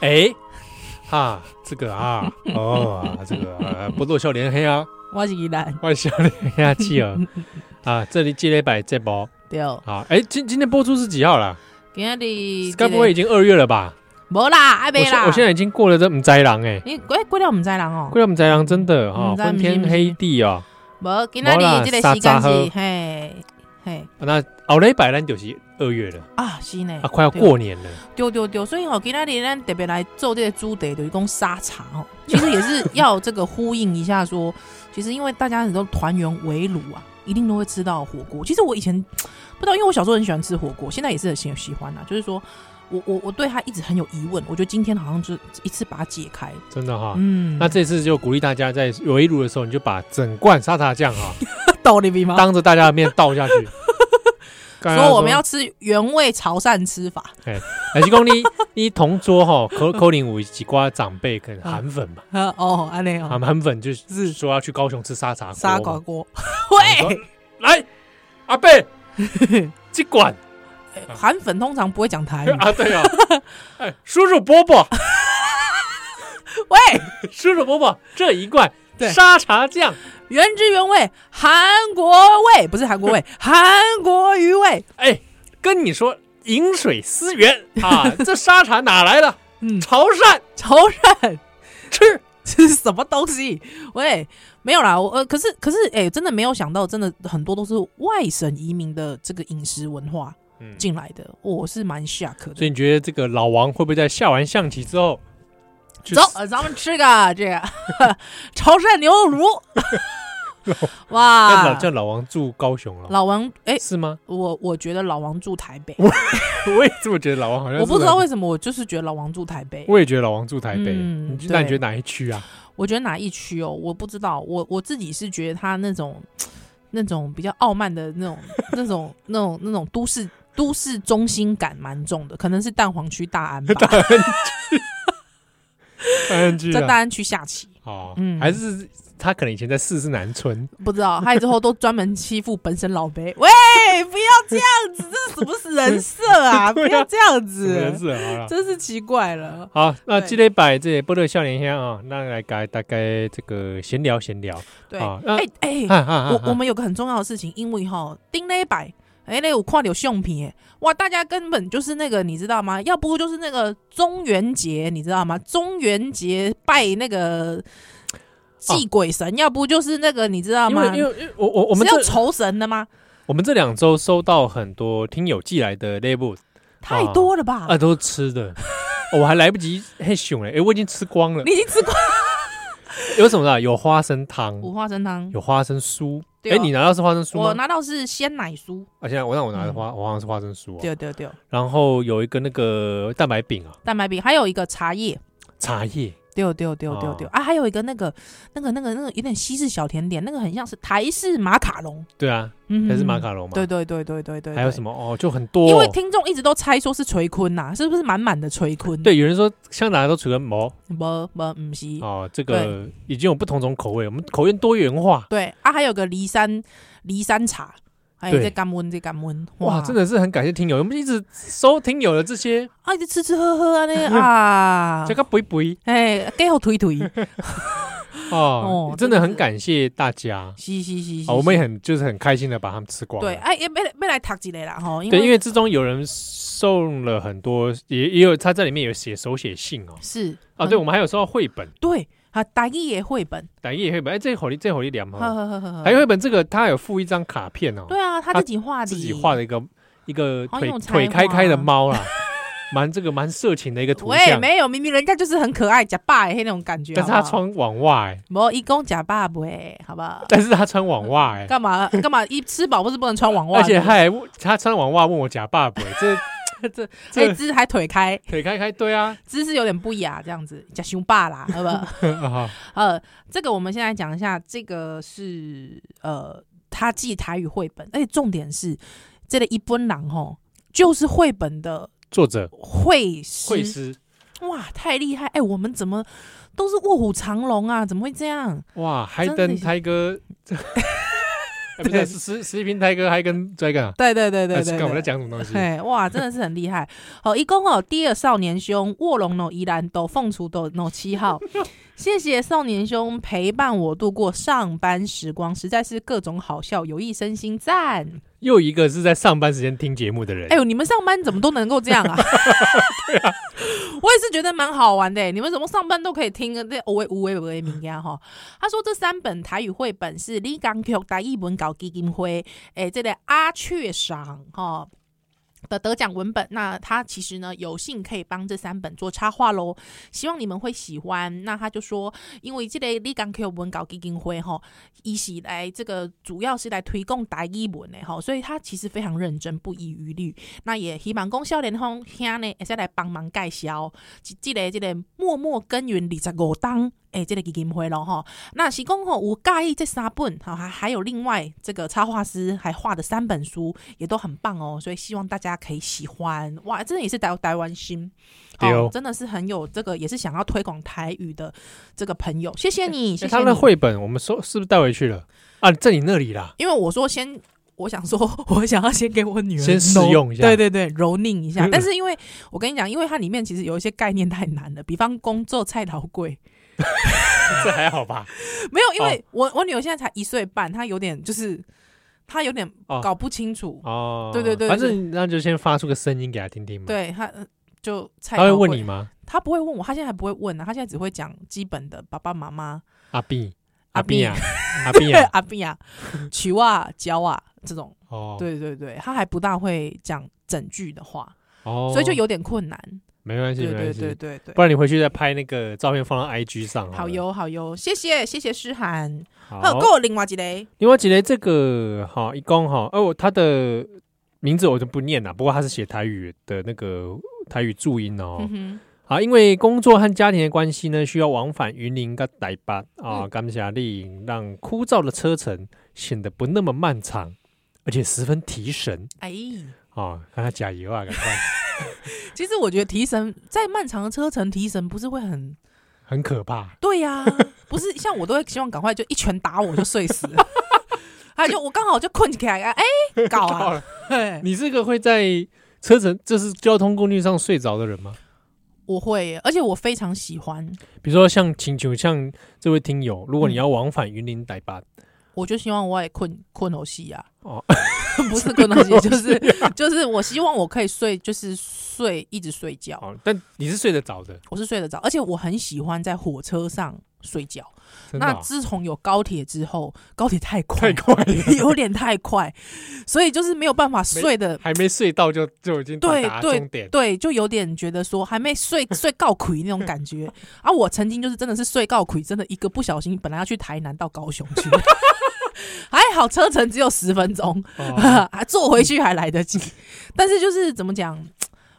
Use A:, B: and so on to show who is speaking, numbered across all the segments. A: 哎，
B: 啊，这个啊，哦啊，这个、啊、不落笑脸黑啊，
C: 我是依兰，
B: 万笑脸黑啊，企鹅啊，这里积累百这包
C: 对，
B: 啊，哎，今今天播出是几号啦？
C: 今仔日
B: 该不会已经二月了吧？
C: 无啦，爱
B: 我
C: 袂
B: 现
C: 啦？
B: 我现在已经过了这唔宅郎哎，
C: 你过过了毋知人哦，
B: 过了唔宅郎真的哈，
C: 唔知
B: 昏天
C: 不是
B: 黑地哦。
C: 无今仔
B: 没啦
C: 日即个时间
B: 三十
C: 是
B: 号
C: 嘿嘿
B: 啊那后礼拜咱就是二月了
C: 啊，是呢
B: 啊，，快要过年了。
C: 对对对，所以吼、今仔日咱特别来做这个主题，就是讲沙茶吼、其实也是要这个呼应一下说， 其实因为大家很多团圆围炉啊，一定都会吃到火锅。其实我以前不知道，因为我小时候很喜欢吃火锅，现在也是很喜喜欢啦。就是说我我我对它一直很有疑问，我觉得今天好像就一次把它解开。
B: 真的哈、
C: 嗯，
B: 啊 那这次就鼓励大家在围炉的时候，你就把整罐沙茶酱 哈、
C: 道理比吗？
B: 当着大家的面倒 下去。刚刚
C: 说我们要吃原味潮汕吃法，
B: 还是讲你你同桌哈、可可能有几瓜长辈可能韩粉嘛，
C: 啊哦，安内
B: 啊
C: 哦，
B: 韩粉就是说要去高雄吃沙茶锅嘛
C: 砂锅，锅，
B: 然后
C: 喂
B: 说，来阿贝，这管
C: 韩粉通常不会讲 台语，
B: 啊对啊，哎叔叔伯伯
C: 喂，
B: 叔叔伯伯这一罐
C: 对
B: 沙茶酱，
C: 原汁原味，韩国味不是韩国味，韩国鱼味。
B: 哎跟你说饮水思源啊，这沙茶哪来的？
C: 嗯，
B: 潮汕
C: 仇人，
B: 吃。
C: 这是什么东西？喂，没有啦，我呃，可是可是，哎、真的没有想到，真的很多都是外省移民的这个饮食文化
B: 嗯
C: 进来的，我是蛮下课
B: 所以
C: 的。
B: 你觉得这个老王会不会在下完象棋之后，去
C: 走，呃咱们吃个这个 潮汕牛肉 炉。
B: 那
C: 哇
B: 老，叫老王住高雄了，
C: 啊老王，哎、
B: 是吗？
C: 我我觉得老王住台北，
B: 我也这么觉得，老王好像
C: 我不知道为
B: 什
C: 什么，我就是觉得老王住台北。
B: 我也觉得老王住台北，
C: 嗯
B: 你觉那你
C: 对
B: 觉得哪一区啊？
C: 我觉得哪一区哦，我不知道，我我自己是觉得他那种那种比较傲慢的那种那种那种那种都市都市中心感蛮重的，可能是蛋黄区大 安吧，
B: 安居
C: 在大
B: 啊，
C: 安区下棋，
B: 哦，
C: 嗯
B: 还是他可能以前在四四南村，
C: 不知道还有之后都专门欺负本省老辈，喂， 不要这样子，这是什么是人设啊？不
B: 对啊
C: 要这样
B: 是
C: 子，
B: 是好了。
C: 真是奇怪了。
B: 好，那
C: 对
B: 积累百这波特笑脸香啊，那来改大概这个闲聊闲聊
C: 对，
B: 啊，
C: 哎
B: 那
C: 哎、
B: 啊啊啊
C: 我我
B: 啊
C: 们有个很重要的事情，因为哈，丁磊摆，哎、那有跨流相片耶，哇，大家根本就是那个，你知道吗？要不就是那个中元节，你知道吗？中元节拜那
B: 哦
C: 个祭鬼神，要不就是那个，你知道
B: 因
C: 吗
B: 为？因为因为我我我们
C: 是要
B: 这
C: 酬神的吗？
B: 我们这两周收到很多听友寄来的 label
C: 太多了吧？
B: 啊，都是吃 的，哦我还来不及嘿熊嘞，哎，我已经吃光了。
C: 你已经吃过
B: 有什么的？有花生汤，
C: 五花生汤，
B: 有花生酥。
C: 对
B: 哎，
C: 哦
B: 你拿到是花生酥吗？
C: 我拿到是鲜奶酥，
B: 啊，现在我让我拿的花，我好像是花生酥、哦，
C: 嗯对对对，
B: 然后有一个那个蛋白饼啊，
C: 蛋白饼，还有一个茶叶。
B: 茶叶
C: 对对对对对
B: 哦
C: 啊！还有一个那个那个那个那个有点西式小甜点，那个很像是台式马卡龙，
B: 对啊，
C: 嗯
B: 还是
C: 哼
B: 马卡龙嘛，
C: 对对对对对对，
B: 还有什
C: 么？
B: 么哦，就很多、
C: 因为
B: 哦。
C: 听众一直都猜说是垂坤呐、是不是满满的垂坤？，
B: 对，有人说香达都除了毛
C: 不不不是。
B: 哦，这个已经有不同种口味，我们口味多元化，
C: 对啊，还有个骊山骊山茶，还有
B: 对
C: 这甘温这甘温，
B: 哇，真的是很感谢听友，我们一直收听友的这些，
C: 啊，一直吃吃喝喝啊那啊
B: 这，个不不
C: 哎，给我推推，
B: 哦
C: 哦，
B: 真的很感谢大家，
C: 嘻嘻嘻，
B: 哦，我们也很就是很开心的把它们吃光了，
C: 对，哎，也没没来读一个啦吼，因
B: 对，因
C: 为
B: 为之中有人送了很多，也也有他在里面有写手写信哦。
C: 是
B: 啊，
C: 嗯
B: 对，我们还有收到绘本，
C: 对啊，打一也绘本，
B: 但也绘本，哎，这好哩，这好哩两
C: 呵
B: 嘛。
C: 呵呵呵呵，
B: 还有绘本这个，他有附一张卡片哦，
C: 对啊，他
B: 他
C: 自己画的，
B: 自己画的一个一个
C: 好
B: 腿
C: 有才华
B: 腿开开的猫啦， 蛮这个蛮色情的一个图
C: 喂，
B: 像。
C: 没有，明啊明人家就是很可爱，假爸的那种感觉，
B: 但是
C: 好
B: 他
C: 不好
B: 穿网袜 哎，
C: 无，伊讲食饱袂，好 不好？
B: 但是他穿网袜哎，
C: 干啊嘛干嘛？一吃饱不是不能穿网袜？
B: 而且他还他穿网袜问我假爸爸，这 这
C: 还
B: 这
C: 姿还腿开，
B: 腿开开，对啊，
C: 姿势有点不雅，这样子假胸 霸啦，好不好？
B: 啊
C: 呃，这个我们现在讲一下，这个是呃，他寄台语绘本，而且重点是这个一本郎吼，就是绘本的
B: 作者
C: 绘
B: 惠
C: 师，
B: 师
C: 哇，太厉害！哎、我们怎么都是卧虎藏龙啊？怎么会这样？
B: 哇，海
C: 真
B: 登
C: 的是
B: 泰哥，哎不是是是是一平泰哥还跟 Dragon 啊？
C: 对对对对
B: 哎
C: 对
B: 干我在
C: 对。
B: 讲什么东西？
C: 嘿，哇，真的是很厉害！好，一共哦，第二少年兄卧龙楼宜兰斗凤雏斗弄 七号，谢谢少年兄陪伴我度过上班时光，实在是各种好笑，有益身心，赞！
B: 又一个是在上班时间听节目的人
C: 哎，呦，你们上班怎么都能够这样啊？我也是觉得蛮好玩的、你们怎么上班都可以听这无为无为无为名家哈？他说这三本台语绘本是李刚曲台译文搞基金会，哎、这个阿雀赏哈。的得奖文本，那他其实呢有幸可以帮这三本做插画喽，希望你们会喜欢。那他就说，因为这个李刚 Q 文搞基金会哈，一起来这个主要是来推广台语文的哈，所以他其实非常认真，不遗余力。那也希望讲少年风兄呢，会使来帮忙介绍，即即个即个默默耕耘二十五档，诶，即个基金会咯吼。那是讲吼有介意这三本，好还还有另外这个插画师还画的三本书也都很棒哦，所以希望大家可以喜欢。哇，真的也是台台湾心，
B: 对哦
C: 真的是很有这个，也是想要推广台语的这个朋友，谢谢你，谢
B: 哎
C: 谢
B: 他
C: 你。
B: 的绘本我们收是不是带回去了啊？在你那里啦，
C: 因为我说先，我想说， 我想要先给我女儿
B: 先试
C: 揉
B: 用一下
C: 对对对，蹂躏一下
B: 嗯。
C: 但是因为我跟你讲，因为它里面其实有一些概念太难了，比方工作菜老贵，
B: 这还好吧？
C: 没有，因
B: 哦
C: 为我、我女儿现在才一岁半，她有点就是她有点
B: 哦
C: 搞不清楚，
B: 哦，
C: 对对对
B: 反正那就先发出个声音给他听听嘛。，
C: 对她呃就菜
B: 他会
C: 头
B: 问
C: 粿
B: 你，吗？
C: 她不会问我，她现在还不会问呢、她现在只会讲基本的爸爸妈妈，
B: 阿 B，
C: 阿
B: 阿 B
C: 碧
B: 啊， 阿 B 啊，
C: 阿碧啊、球啊、胶啊这种，
B: 哦，，
C: 对对对，她还不大会讲整句的话，
B: 哦，
C: 所以就有点困难。
B: 没关系，
C: 对
B: 没
C: 对
B: 关系
C: 对，对对
B: 不。然你回去再拍那个照片放到 IG 上了
C: 好，油好油，谢谢谢谢诗涵。还
B: 好
C: 有，够另外一个，
B: 另外几类这个哈，一共哈，哦，他的名字我就不念了，不过他是写台语的那个台语注音哦。
C: 嗯
B: 好，因为工作和家庭的关系呢，需要往返云林跟台北啊，
C: 嗯
B: 感谢令让枯燥的车程显得不那么漫长，而且十分提神
C: 哼，哎，
B: 啊！看他加油啊，赶快，
C: 其实我觉得提神在漫长的车程提神不是会很
B: 很可怕。
C: 对 呀、不是像我都会希望赶快就一拳打我就睡 死，还有就我刚好就困起来，哎， 搞啊，嘿
B: 你这个会在车程，这是交通工具上睡着的人吗？
C: 我会耶，而且我非常喜欢，
B: 比如说像请求像这位听友，如果你
C: 嗯
B: 要往返云林台北，
C: 我就希望我也困困猴戏啊，
B: 哦
C: 不是困猴戏， 啊就是就是我希望我可以睡，就是睡一直睡觉，
B: 哦，但你是睡得着的，
C: 我是睡得着，而且我很喜欢在火车上睡觉。
B: 真的
C: 那
B: 哦、
C: 自从有高铁之后，高铁太快
B: 太
C: 了，
B: 快了，
C: 有点太快，所以就是没有办法睡的，
B: 还没睡到就就已经到
C: 对
B: 达
C: 对
B: 终点。
C: 对，就有点觉得说还没睡睡告魁那种感觉啊。我曾经就是真的是睡告魁，真的一个不小心，本来要去台南到高雄去。 还好车程只有十分钟，
B: 哦
C: 还坐回去还来得及。但是就是怎么讲，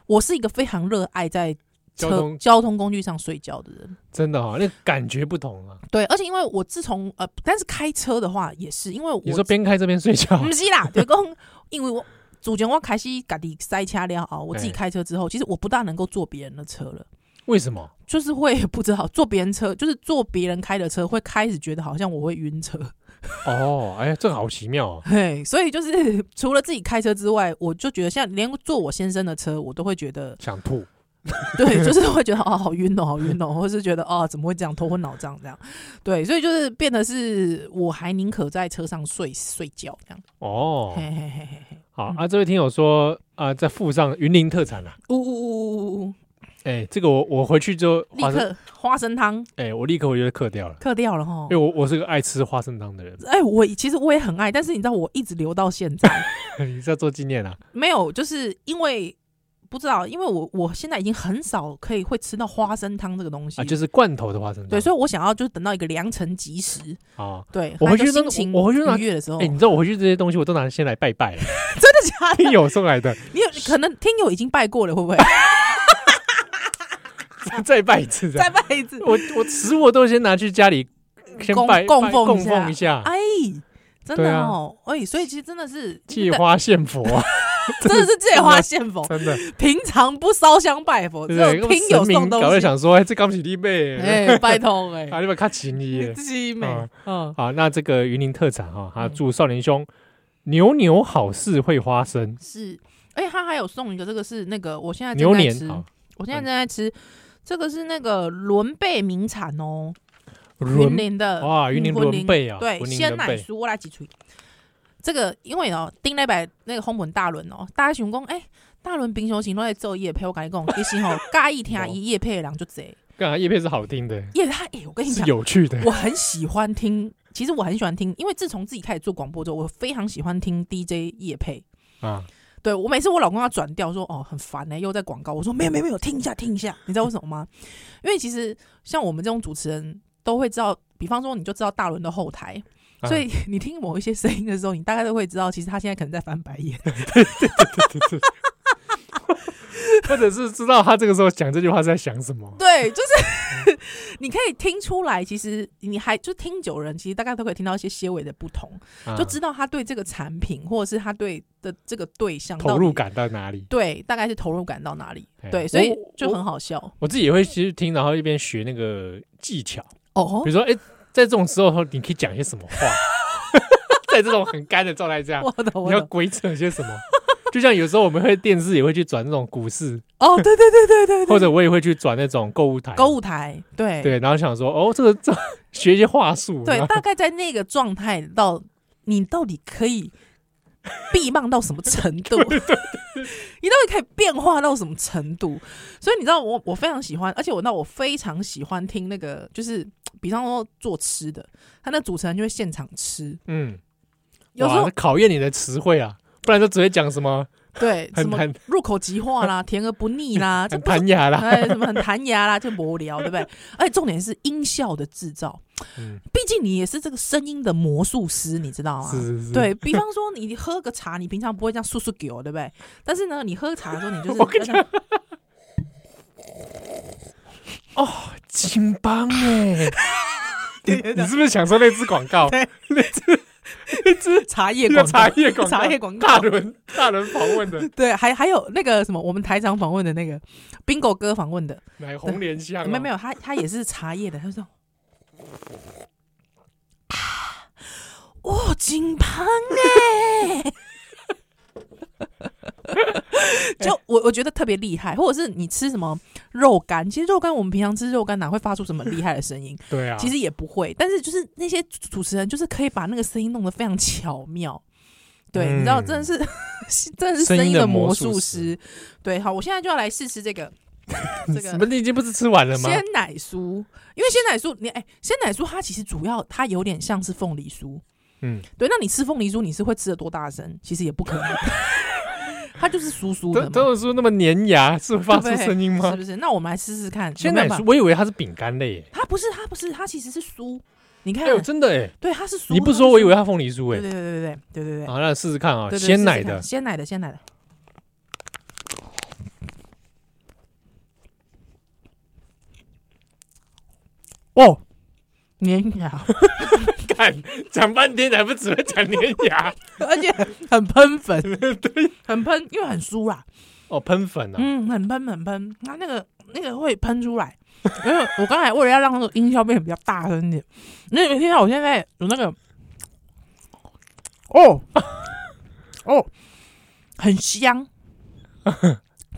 C: 我是一个非常热爱在
B: 交
C: 车
B: 通
C: 交通工具上睡觉的人。
B: 真的哈、哦，那感觉不同啊。
C: 对，而且因为我自从呃，但是开车的话也是，因为我
B: 你说边开这边睡觉，
C: 不是啦，就是讲因为我主角我开始家己塞车了啊，我自己
B: 哎
C: 开车之后，其实我不大能够坐别人的车了。
B: 为什么？
C: 就是会不知道坐别人车，就是坐别人开的车，会开始觉得好像我会晕车，
B: 哦，哎呀，这个好奇妙哦。
C: 嘿，所以就是除了自己开车之外，我就觉得像连坐我先生的车，我都会觉得，
B: 想吐，
C: 对，就是会觉得哦，好晕哦，好晕哦，或是觉得哦，怎么会这样，头昏脑胀这样，对，所以就是变得是我还宁可在车上睡睡觉这样，
B: 哦，
C: 嘿嘿嘿嘿嘿，
B: 好啊！这位听友说啊，在附上云林特产啊，
C: 呜呜呜呜呜呜，
B: 哎，这个我我回去之后
C: 立
B: 花生，
C: 刻哦花生汤
B: 哎，我立刻我就克掉了，
C: 嗑掉了哈
B: 因为。我我是个爱吃花生汤的人，
C: 哎、我其实我也很爱，但是你知道，我一直留到现在，
B: 你是要做纪念啊？
C: 没有，就是因为不知道，因为我我现在已经很少可以会吃到花生汤这个东西，
B: 啊，就是罐头的花生汤。
C: 对，所以我想要就是等到一个良辰吉时，
B: 啊，
C: 对，
B: 我回去
C: 那个
B: 真的
C: 心情
B: 我我回去拿
C: 愉悦的时候，
B: 哎，你知道我回去这些东西我都拿先来拜拜了，
C: 哦真的假的？
B: 听友送来的，
C: 你有可能听友已经拜过了，会 不会
B: 再再拜一次这样
C: 再。拜一次？
B: 我我食物我都先拿去家里先
C: 供
B: 拜
C: 供
B: 拜
C: 奉一
B: 供
C: 下
B: 奉一下，
C: 哎，真
B: 对
C: 的
B: 啊
C: 哦，哎、所以其实真的是
B: 借花献佛， 啊
C: 真的是借花献 佛，
B: 真的。
C: 平常不烧香拜佛，只有
B: 对，
C: 听友
B: 神明
C: 送
B: 搞
C: 东
B: 在
C: 西，
B: 想说，哎，这刚起弟妹，
C: 哎、拜 托 哎、
B: 啊，你们看情谊耶。
C: 自己美，
B: 嗯
C: 嗯，
B: 好，那这个云林特产哈，他
C: 嗯
B: 祝少年兄牛牛好事会花生，
C: 是，而且他还有送一个，这个是那个我现在正
B: 牛
C: 在
B: 年
C: 吃，
B: 好，嗯
C: 我现在正在吃，这个是那个伦贝名产哦，云
B: 轮
C: 林的，
B: 哇，云林
C: 云林
B: 轮贝啊，
C: 对，
B: 云林
C: 鲜
B: 轮
C: 奶
B: 贝，
C: 酥我来几锤。这个因为哦，顶礼拜那个红本大伦哦，大家想讲，哎、大伦平常行都在做夜配，我跟你讲，其实吼， 介意听伊夜配的人就贼，
B: 干啥？叶片是好听的，
C: 夜他哎、我跟你
B: 是
C: 讲，
B: 有趣的，
C: 我很喜欢听，其实我很喜欢听，因为自从自己开始做广播之后，我非常喜欢听 DJ 夜配。
B: 啊，
C: 对我每次我老公要转调说哦很烦呢、又在广告，我说没有没有没有，听一下听一下，你知道为什么吗？因为其实像我们这种主持人都会知道，比方说你就知道大伦的后台，
B: 啊
C: 所以你听某一些声音的时候，你大概都会知道，其实他现在可能在翻白 眼。
B: 或者是知道他这个时候讲这句话是在想什么，
C: 对，就是你可以听出来，其实你还就听久人，其实大概都可以听到一些些微的不同，
B: 啊
C: 就知道他对这个产品或者是他对的这个对象
B: 啊投入
C: 到底。
B: 感到哪里。
C: 对，大概是投入感到哪里？
B: 哎
C: 对，所以
B: 我
C: 就
B: 我
C: 很好笑
B: 我自己也会其实听，然后一边学那个技巧，
C: 哦
B: 比如。说，哎、在这种时候你可以讲些什么话， 在这种很干的状态下，
C: 我懂，
B: 啊你
C: 我
B: 要
C: 懂。
B: 鬼扯些什么？就像有时候我们会电视也会去转那种股市，
C: 哦，对对对对对对，
B: 或者我也会去转那种购物台，
C: 购物台，对
B: 对，然后想说，哦，这个这学一些话术，
C: 对
B: 然后
C: 大概在那个状态到你到底可以避梦到什么程 度？ 你到底可以变化到什么程度？所以你知道我我非常喜欢，而且我那我非常喜欢听那个，就是比方说做吃的，他那主持人就会现场吃，
B: 嗯，
C: 有时候
B: 哇考验你的词汇啊，不然就只会讲什么
C: 对什
B: 很
C: 么
B: 很
C: 入口即化啦，甜而不腻啦，这
B: 很
C: 不是
B: 弹牙 啦，
C: 哎，什么 很弹牙啦，就无聊，对不对？而且重点是音效的制造，
B: 嗯，
C: 毕竟你也是这个声音的魔术师，你知道吗？
B: 是是是，，
C: 啊对比方说，你喝个茶，你平常不会这样漱漱给我，对不对？但是呢，你喝茶的时候，你就是
B: 我跟
C: 要这样
B: 金邦 哎，你你是不是想说那支广告？
C: 茶叶
B: 那个
C: 广
B: 茶
C: 告，
B: 叶广告，
C: 茶叶广告
B: 大轮大轮访问 的，
C: 对，还还有那个什么，我们台长访问的那个 bingo 哥访问的，
B: 买红莲香哦，
C: 没有没有，他他也是茶叶的，他就说。哇，金盘哎！ 就我我觉得特别厉害，或者是你吃什么肉干，其实肉干我们平常吃肉干哪会发出什么厉害的声音？
B: 对啊，
C: 其实也不会，但是就是那些主主持人就是可以把那个声音弄得非常巧妙。对，
B: 嗯
C: 你知道，真的是， 真的是
B: 声音
C: 音
B: 的
C: 的
B: 魔术
C: 术
B: 师
C: 师。对，好，我现在就要来试吃这个这
B: 什
C: 个
B: 么？你已经不是吃完了吗？
C: 鲜奶酥，因为鲜奶酥，你哎、鲜奶酥它其实主要它有点像是凤梨酥，
B: 嗯，
C: 对。那你吃凤梨酥，你是会吃的多大声？其实也不 可能，它就是酥酥
B: 都
C: 的嘛，
B: 都有说那么粘牙是会发出
C: 对不对
B: 声音吗
C: 是？不是？那我们来试试看，
B: 鲜奶
C: 有没有办
B: 酥
C: 法，
B: 我以为它是饼干类耶，
C: 它不是，它不是，它其实是酥。你看啊
B: 哎，呦，真的哎，
C: 对，它是酥。
B: 你不
C: 它是
B: 说我以
C: 酥
B: 为它凤梨酥
C: 对
B: 哎，
C: 对对对对对对对
B: 好，那试试看啊，
C: 对，
B: 鲜奶
C: 试试
B: 的
C: 看，鲜奶的，鲜奶的。
B: 哦，
C: 粘牙，
B: 看讲半天还不只会讲粘 牙
C: 而且很 喷粉，很喷，因为很酥啦，
B: 哦，喷粉啊，
C: 嗯，很喷很喷，它那个那个会喷出来，因为我刚才为了要让那个音效变得比较大声一点，那你听到我现在有那个，哦 哦，很香，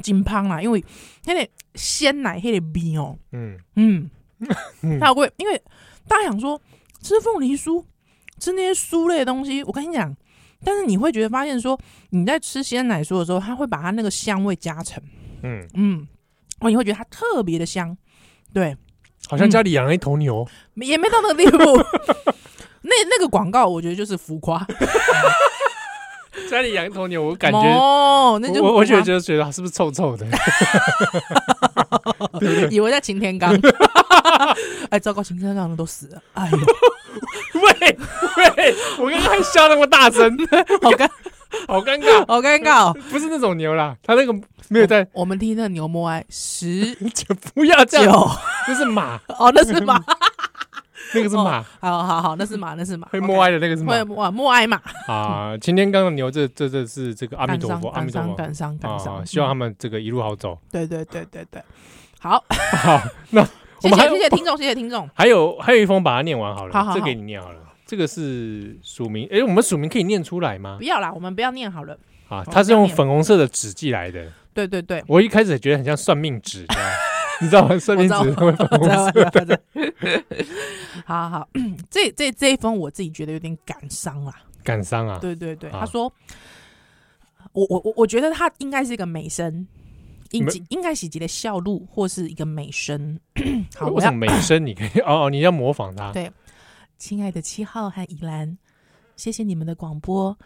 C: 金胖啦，因为那个鲜奶那个味哦，
B: 嗯，
C: 嗯
B: 嗯，
C: 大贵，因为大家想说吃凤梨酥，吃那些酥类的东西，我跟你讲，但是你会觉得发现说你在吃鲜奶酥的时候，它会把它那个香味加成，
B: 嗯，
C: 嗯，哦，你会觉得它特别的香，对，
B: 好像家里养了一头牛，
C: 没也没到那个地步。那那个广告，我觉得就是浮夸，
B: 家里养一头牛，我感觉。
C: 哦，嗯那就
B: 我我觉得
C: 浮
B: 就觉得它是不是臭臭的？
C: 夸以为在擎天 岗，哎，糟糕，擎天岗的都死了，哎呦，
B: 喂喂，我刚刚还笑那么大 声，
C: 好尴
B: 好尴尬。
C: 好尴尬哦。
B: 不是那种牛啦，它那个 没有在，
C: 我们听那牛摸哀十
B: 就不要 这
C: 九
B: 样，，那是马，
C: 哦，那是马，
B: 那个是马，
C: 好好好，那是马，那是马，
B: 会默哀的那个是
C: 哦
B: 马
C: OK，会默默哀马，
B: 啊。擎天刚的牛，这这这是这个阿弥
C: 感
B: 陀
C: 伤
B: 佛，阿弥
C: 感
B: 陀
C: 伤
B: 佛
C: 感伤感
B: 啊！
C: 伤，
B: 希望他
C: 嗯
B: 们这个一路好走。
C: 对对对对对，好，
B: 好，那我
C: 谢
B: 们还有
C: 谢
B: 哦
C: 谢谢听众，谢谢听众，
B: 还有还有一封把它念完好了，
C: 好好好
B: 这给你念好了。这个是署名，哎、我们署名可以念出来吗
C: 不？要啦，我们不要念好了。
B: 啊，
C: 好
B: 它是用
C: 不要念
B: 粉红色的纸寄来的。
C: 对 对对，
B: 我一开始也觉得很像算命纸，你知道吗？ 算命
C: 我
B: 纸
C: 知
B: 它会粉红色。
C: 道好好，这这这一封我自己觉得有点感伤啦。
B: 感伤啊，
C: 对对对，
B: 啊
C: 他说，我我我我觉得他应该是一个美声，应
B: 没
C: 该应该是一个笑路或是一个美声。好，
B: 为
C: 我
B: 什
C: 要
B: 么美声你可以？ 哦哦，你要模仿它
C: 对亲爱的七号和宜兰，谢谢你们的广播，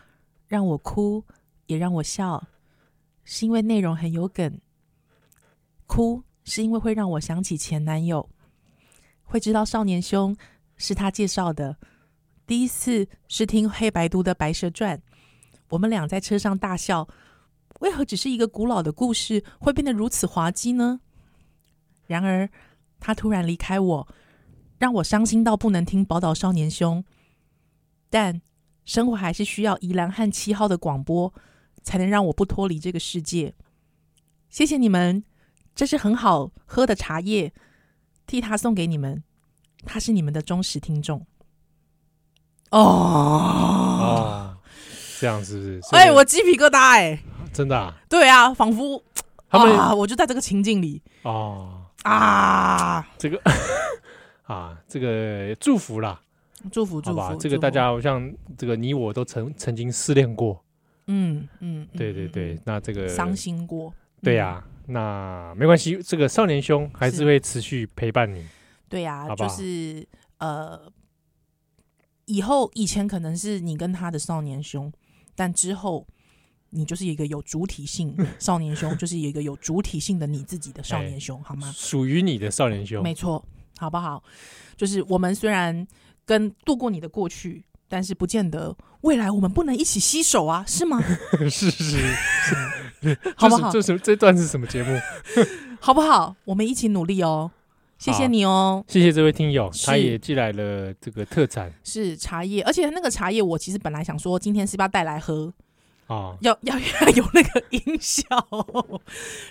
C: 让我哭也让我笑，是因为内容很有梗。哭是因为会让我想起前男友，会知道少年兄是他介绍的。第一次是听黑白读的《白蛇传》，我们俩在车上大笑。为何只是一个古老的故事会变得如此滑稽呢？然而，他突然离开我，让我伤心到不能听《宝岛少年兄》，但生活还是需要宜兰和七号的广播，才能让我不脱离这个世界。谢谢你们，这是很好喝的茶叶，替他送给你们，他是你们的忠实听众。哦，
B: 哦，这样是不是？所以
C: 哎、我鸡皮疙瘩哎、
B: 真的啊，
C: 对啊，仿佛
B: 他们
C: 啊，我就在这个情境里
B: 哦，
C: 啊，
B: 这个啊，这个祝福啦，
C: 祝福
B: 好
C: 祝
B: 吧
C: 福，，
B: 这个
C: 祝福
B: 大，家好像这个你我都曾曾经失恋过，
C: 嗯嗯，嗯
B: 对对对，，那这个
C: 嗯伤心过，嗯
B: 对呀、那没关系，这个少年兄还是
C: 是
B: 会持续陪伴你。
C: 对呀、
B: 好不
C: 就
B: 好
C: 是呃，以后以前可能是你跟他的少年兄，但之后你就是一个有主体性少 年兄，就是一个有主体性的你自己的少
B: 哎
C: 年兄，好吗？
B: 属于你的少年兄，
C: 没错，好不好？就是我们虽然跟度过你的过去，但是不见得未来我们不能一起携手啊，是吗？
B: 是是是，
C: 好不
B: 这
C: 好
B: 是这是这段是什么节目？
C: 好不好？我们一起努力哦，谢
B: 好
C: 谢你哦。
B: 谢谢这位听友，
C: 是
B: 他也寄来了这个特产
C: 是茶叶，而且那个茶叶，我其实本来想说今天是不是要带来喝，
B: 啊，
C: 要 要要有那个音效，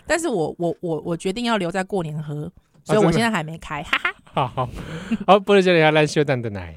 C: 但是我我我我决定要留在过年喝，
B: 啊
C: 所以
B: 真的
C: 我现在还没开，哈哈。
B: 好好好，波多这里还啊来修蛋的奶。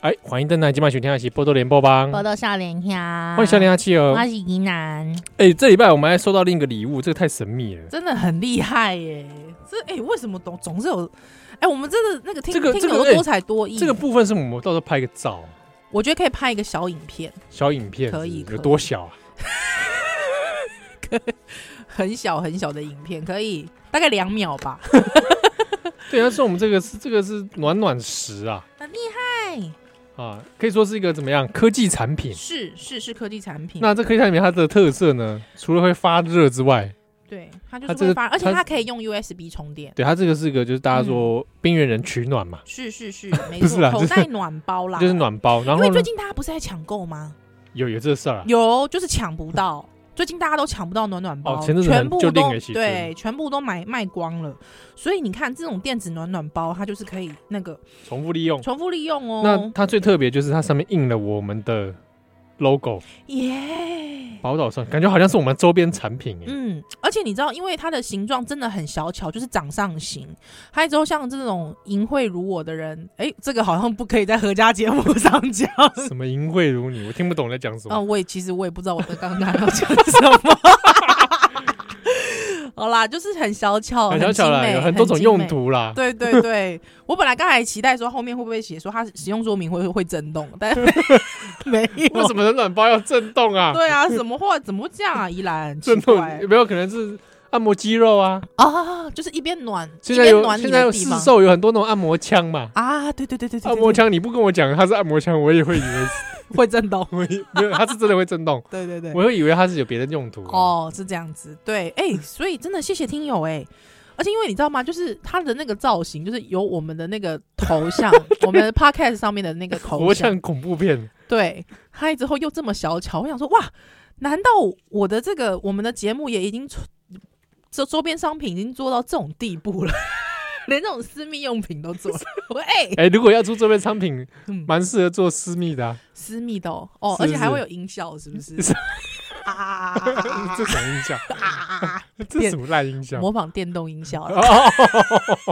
B: 哎，欢迎登来，今晚收听的是波多联播帮，欢
C: 到少年香
B: 迎小林阿七哦。
C: 是宜南，
B: 哎，这礼拜我们还收到另一个礼物，这个太神秘了。
C: 真的很厉害耶！这哎、为什么总总是有？哎、我们真的那个听、
B: 这个这
C: 听
B: 个
C: 友
B: 哎
C: 多才多艺、
B: 这个部分是我们到时候拍个照，
C: 我觉得可以拍一个小影片，
B: 小影片
C: 可以
B: 是不
C: 可
B: 是
C: 以
B: 有多小啊？
C: 很小很小的影片，可以大概两秒吧。
B: 对，他送我们这个是这个是暖暖石啊
C: 很厉害，
B: 啊，可以说是一个怎么样科技产品。
C: 是是是科技产品。
B: 那这科技产品它的特色呢，除了会发热之外，
C: 对，它就
B: 它
C: 是
B: 这
C: 会
B: 个
C: 发，而且
B: 它
C: 它可以用 USB 充电。
B: 对它这个是一个就是大家
C: 嗯
B: 说冰原人取暖嘛，
C: 是 是是，没
B: 不是啦
C: 错，口
B: 就是
C: 袋暖包 啦，
B: 就是。暖包。然
C: 因
B: 后
C: 为
B: 呢
C: 最，近大家不是在抢购吗？
B: 有有这事儿啊，
C: 有，哦就是抢不到。最近大家都抢不到暖暖包，
B: 哦前阵子很
C: 全部
B: 就
C: 都
B: 另一个新闻
C: 对，全部都买卖光了。所以你看，这种电子暖暖包，它就是可以那个
B: 重复利用。
C: 重复利用
B: 那
C: 哦。
B: 它最特别就是它上面印了我们的 logo，
C: 耶，
B: 宝岛上感觉好像是我们周边产品哎。
C: 嗯，而且你知道，因为它的形状真的很小巧，就是掌上型。还有之后，像这种淫秽如我的人，哎，这个好像不可以在合家节目上 讲。
B: 什么淫秽如你，我听不懂你在讲什
C: 啊，
B: 么。
C: 我也其实我也不知道我在刚刚要讲 什么。好啦，就是很小巧，
B: 很小巧
C: 哦精
B: 哎啦，
C: 美
B: 有很多种用。
C: 精美
B: 途 啦。
C: 对对对，我本来刚才期待说后面会不会写说它使用说明会会震动， 但没
B: 为
C: 有
B: 什。么暖包要震动啊？
C: 对啊，怎么会怎么会这样啊？依兰
B: 震
C: 奇
B: 动
C: 怪
B: 有没有可能是按摩肌肉啊。
C: 啊，就是一边暖
B: 现
C: 一
B: 在
C: 边
B: 有
C: 暖你
B: 现在
C: 的
B: 有
C: 地
B: 市
C: 方
B: 售有很多那种按摩枪嘛，
C: 啊，对对对对对，对
B: 按摩枪你不跟我讲它是按摩枪，我也会以为 是，
C: 对会震动
B: 我也没有，它是真的会震动，
C: 对对对，
B: 我会以为它是有别的用途。
C: 哦，是这样子，对，哎、所以真的谢谢听友哎、而且因为你知道吗，就是他的那个造型，就是有我们的那个头 像，我们的 podcast 上面的那个头
B: 我
C: 像，
B: 像恐怖 片，
C: 对，嗨之后又这么小巧，我想说哇，难道我的这个我们的节目也已经出这周边商品已经做到这种地步了？连这种私密用品都做了，我哎、
B: 哎、如果要出这边商品，
C: 嗯，
B: 蛮适合做私密 的、啊，
C: 私密的哦，哦，
B: 是
C: 而且还
B: 是
C: 会有音效，是不是？
B: 是
C: 啊，
B: 这什么音 效？
C: 啊
B: 这是什么烂音效？
C: 模仿电动音效啦，
B: 哦，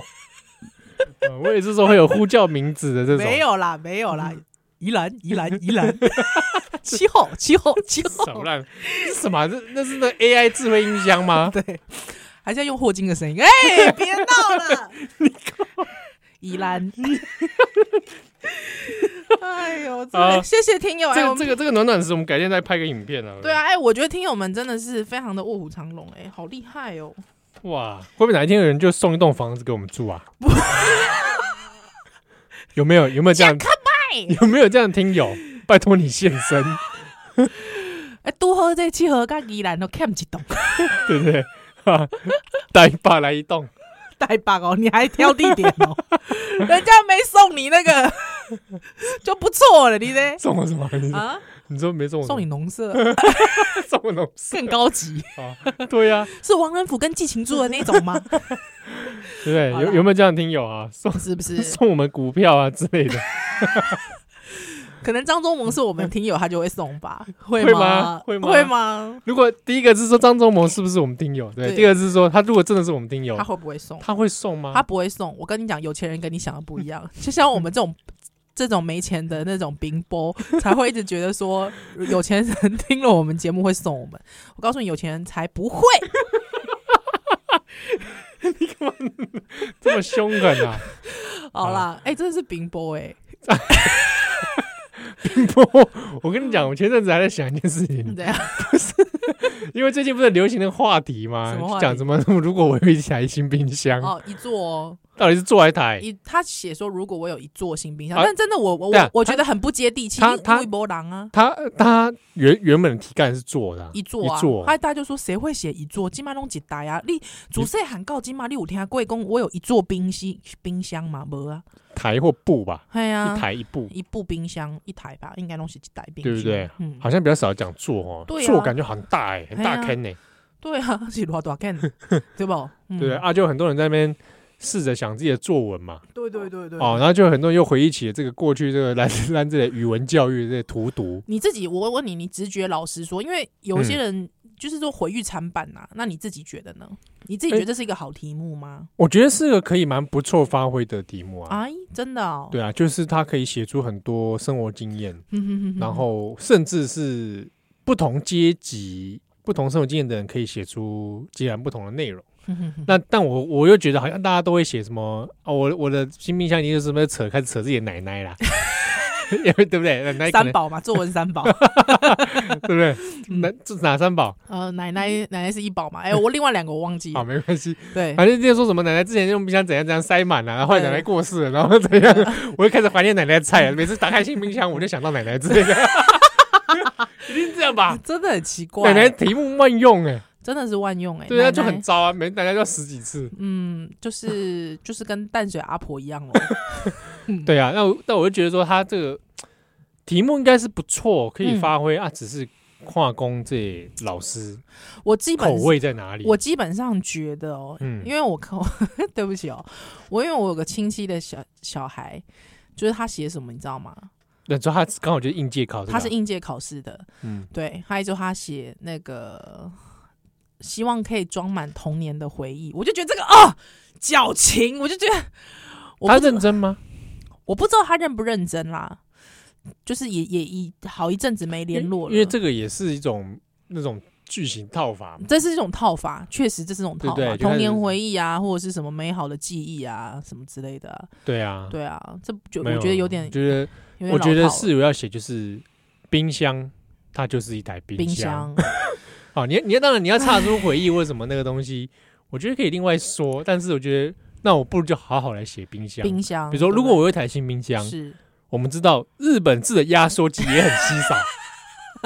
B: 呃我也是说会有呼叫名字的这种，
C: 没有啦，没有啦，宜兰，宜兰，宜兰，七号，七号，七
B: 什么
C: 号，
B: 烂？这是什么啊、这那是那 AI 智慧音箱吗？
C: 对，还是要用霍金的 声音。哎，别闹了， 宜兰，哎呦，真的
B: 啊
C: 谢谢 听友，哎，
B: 这
C: 我
B: 个这
C: 们
B: 个这个暖暖石，我们改天再拍个影片啊。
C: 对啊，，哎，我觉得听友们真的是非常的卧虎藏龙，哎，好厉害哦。
B: 哇，会不会哪一天有人就送一栋房子给我们住啊？ 有没有有没有这样？有没有这样的听友？拜托你现身，
C: 哎，多喝这七盒跟宜兰都看不起懂，
B: 对不对？ 哈，带一把来一栋，
C: 呆棒哦，你还挑地点 哦，人家没送你那个就不错了，你呢？
B: 送我什么？你说
C: 啊，
B: 你说没送我什么？
C: 送你农舍。
B: 送我东西
C: 更高级，
B: 啊？对呀、
C: 是王仁甫跟季晴柱的那种 吗？
B: 对不对？
C: 好啦
B: 有有没有这样的听友啊？送
C: 是不是？
B: 送我们股票啊之 类的，
C: 可能张忠谋是我们听友，他就会送吧？会
B: 会
C: 吗
B: 吗？
C: 会
B: 会吗
C: 吗？
B: 如果第一个是说张忠谋是不是我们听友，对，
C: 对
B: 第二个是说他如果真的是我们听友
C: 他，会不会送？
B: 他会送吗？
C: 他不会送。我跟你讲，有钱人跟你想的不一样。 就像我们这种这种没钱的那种冰 波，才会一直觉得说有钱人听了我们节目会送我们。我告诉你，有钱人才不会。
B: 这么凶狠啊！
C: 好啦，哎、真的是冰波哎、
B: 不，我跟你讲，我前阵子还在想一件事情，
C: 对啊，
B: 因为最近不是流行的话题
C: 什
B: 吗
C: 么话？题
B: 讲什么？如果我有一台新冰箱，
C: 哦，一座哦，
B: 到底是做还台？
C: 一他写说，如果我有一座新冰箱，
B: 啊
C: 但真的我我
B: 对啊
C: 我我觉得很不接地气，
B: 他
C: 因为
B: 他
C: 微波狼啊。
B: 他他原原本的题干是做的啊，
C: 一座啊，
B: 一座
C: 他大家就说谁会写一座？金马拢一台啊！你主持人喊告金马，你有听过讲我有一座冰箱冰箱吗？无啊，
B: 台或布吧，
C: 哎呀、
B: 一台啊一布，
C: 一部冰箱一台吧，应该拢是一台冰箱，
B: 对不对
C: 嗯，
B: 好像比较少讲做哦
C: 对啊，
B: 做感觉很大哎，很
C: 哎呀
B: 大坑哎，
C: 对啊， 是偌大件， 对不？嗯
B: 对不对啊，就很多人在那边试着想自己的作文嘛，
C: 对对对对。
B: 哦，然后就很多人又回忆起这个过去这个 来自来自的语文教育的这些荼毒，
C: 你自己，我问你，你直觉老实说，因为有些
B: 嗯
C: 人就是说毁誉参半呐、那你自己觉得呢？你自己觉得这是一个好题目吗？
B: 我觉得是个可以蛮不错发挥的题目啊。
C: 哎，真的哦。
B: 对啊，就是它可以写出很多生活经验，
C: 嗯哼哼哼
B: 然后甚至是不同阶级、不同生活经验的人可以写出截然不同的内容。
C: 哼哼哼
B: 那但我我又觉得好像大家都会写什么哦，我我的新冰箱一定就是什么扯开始扯自己的奶奶 啦，对不对？奶奶可
C: 三
B: 能
C: 宝嗯嘛，作文三宝，
B: 对不对？哪这哪三宝？
C: 呃，奶奶奶奶是一宝嘛，哎、我另外两个我忘记
B: 嗯好，哎
C: 了，
B: 没关系，
C: 对，
B: 反正就是说什么奶奶之前用冰箱怎样怎样塞满了、然后后来
C: 对
B: 奶奶过世了，然后怎样，
C: 嗯
B: 我又开始怀念奶奶的菜了。每次打开新冰箱，我就想到奶奶之类 的，一定这样吧？
C: 真的很奇怪、
B: 奶奶题目万用哎、
C: 真的是万用哎、
B: 对
C: 奶
B: 啊，
C: 奶
B: 就很糟啊，每奶奶都要十几次。
C: 嗯，就是就是跟淡水阿婆一样 哦，
B: 对啊，那我那我就觉得说他这个题目应该是不错，可以
C: 嗯
B: 发挥、啊，只是跨工这老师
C: 我基
B: 口
C: 本
B: 味在哪里？
C: 我基本上觉得哦，
B: 嗯
C: 因为我看， 对不起哦，我因为我有个亲戚的小小孩，就是他写什么你知道吗？
B: 那主要他刚好就是应届考，
C: 他是应届考试的，
B: 嗯，
C: 对，还有就他写那个希望可以装满童年的回忆，我就觉得这个哦矫情，我就觉得我
B: 他
C: 不知
B: 认真吗？
C: 我不知道他认不认真啦，就是也也一好一阵子没联络了，
B: 因为这个也是一种那种剧情套法嘛。
C: 这是一种套法，确实这是一种套法，
B: 对对就
C: 童
B: 开始
C: 年回忆啊，或者是什么美好的记忆啊，什么之类的啊、
B: 对啊，
C: 对啊，这就
B: 没
C: 我觉得有
B: 我
C: 点，
B: 觉得
C: 有点
B: 我觉
C: 老
B: 得
C: 套了
B: 是有要写就是冰箱，它就是一台
C: 冰
B: 箱，，好，你你当然你要岔出回忆为什么那个东西，我觉得可以另外说，但是我觉得那我不如就好好来写冰箱。
C: 冰箱，
B: 比如说，
C: 对不
B: 如果
C: 对
B: 我有一台新冰箱，
C: 是
B: 我们知道日本制的压缩机也很稀少，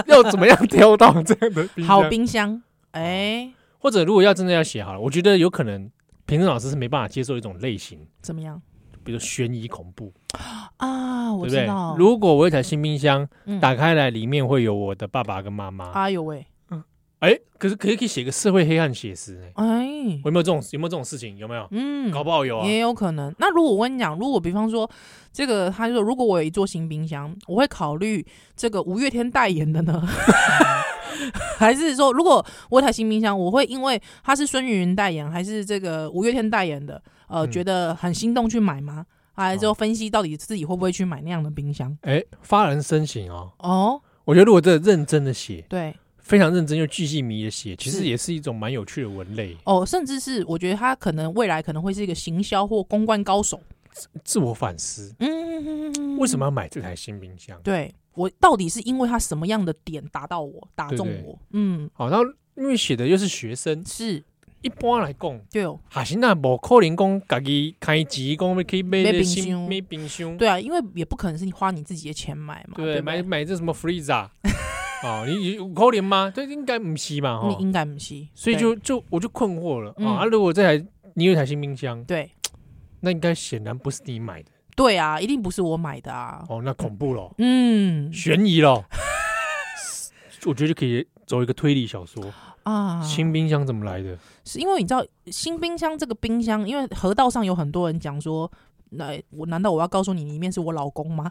B: 要怎么样挑到这样的冰箱？
C: 好冰箱，哎，
B: 或者如果要真的要写好了，我觉得有可能评审老师是没办法接受一种类型，
C: 怎么样
B: 比如悬疑恐怖，
C: 啊？
B: 对
C: 我
B: 不
C: 知
B: 对
C: 道？，
B: 如果我有一台新冰箱，
C: 嗯
B: 打开来里面会有我的爸爸跟妈妈，
C: 哎呦喂，
B: 哎、可是可以可以写个社会黑暗写实、哎，
C: 哎，
B: 有没有这种有没有这种事情？有没有？
C: 嗯，
B: 搞不好有啊。
C: 也有可能。那如果我跟你讲，如果比方说这个，他就说，如果我有一座新冰箱，我会考虑这个五月天代言的呢， 还是说，如果我有台新冰箱，我会因为它是孙云云代言，还是这个五月天代言的，呃，
B: 嗯
C: 觉得很心动去买吗？还之后分析到底自己会不会去买那样的冰箱？
B: 哎、发人深省哦。
C: 哦，
B: 我觉得如果真的认真的写，
C: 对，
B: 非常认真又巨细靡的写，其实
C: 是
B: 也是一种蛮有趣的文类。
C: 哦，甚至是我觉得他可能未来可能会是一个行销或公关高手。
B: 自我反思，
C: 嗯，
B: 为什么要买这台新冰箱？
C: 对我到底是因为他什么样的点打到我，打
B: 对
C: 中我？
B: 对
C: 嗯，
B: 好，然后因为写的又是学生，
C: 是
B: 一般来讲，
C: 对哦，
B: 还是那无可能讲家己开钱讲要去买个
C: 买冰
B: 新
C: 箱
B: 买冰箱，
C: 对啊，因为也不可能是你花你自己的钱买嘛，对
B: 对，
C: 不
B: 买
C: 对，
B: 买这什么 freezer 哦，你你有可能吗？这应该不是嘛
C: 你
B: 哈，
C: 应该不是，
B: 所以
C: 对
B: 就就我就困惑了
C: 嗯
B: 啊啊！如果这台你有一台新冰箱，
C: 对
B: 那应该显然不是你买的
C: 对啊，一定不是我买的啊，
B: 哦，那恐怖咯，
C: 嗯
B: 悬疑咯， 我觉得就可以走一个推理小说，
C: 啊，
B: 新冰箱怎么来的？
C: 是因为你知道新冰箱这个冰箱，因为河道上有很多人讲说。那我难道我要告诉你里面是我老公吗？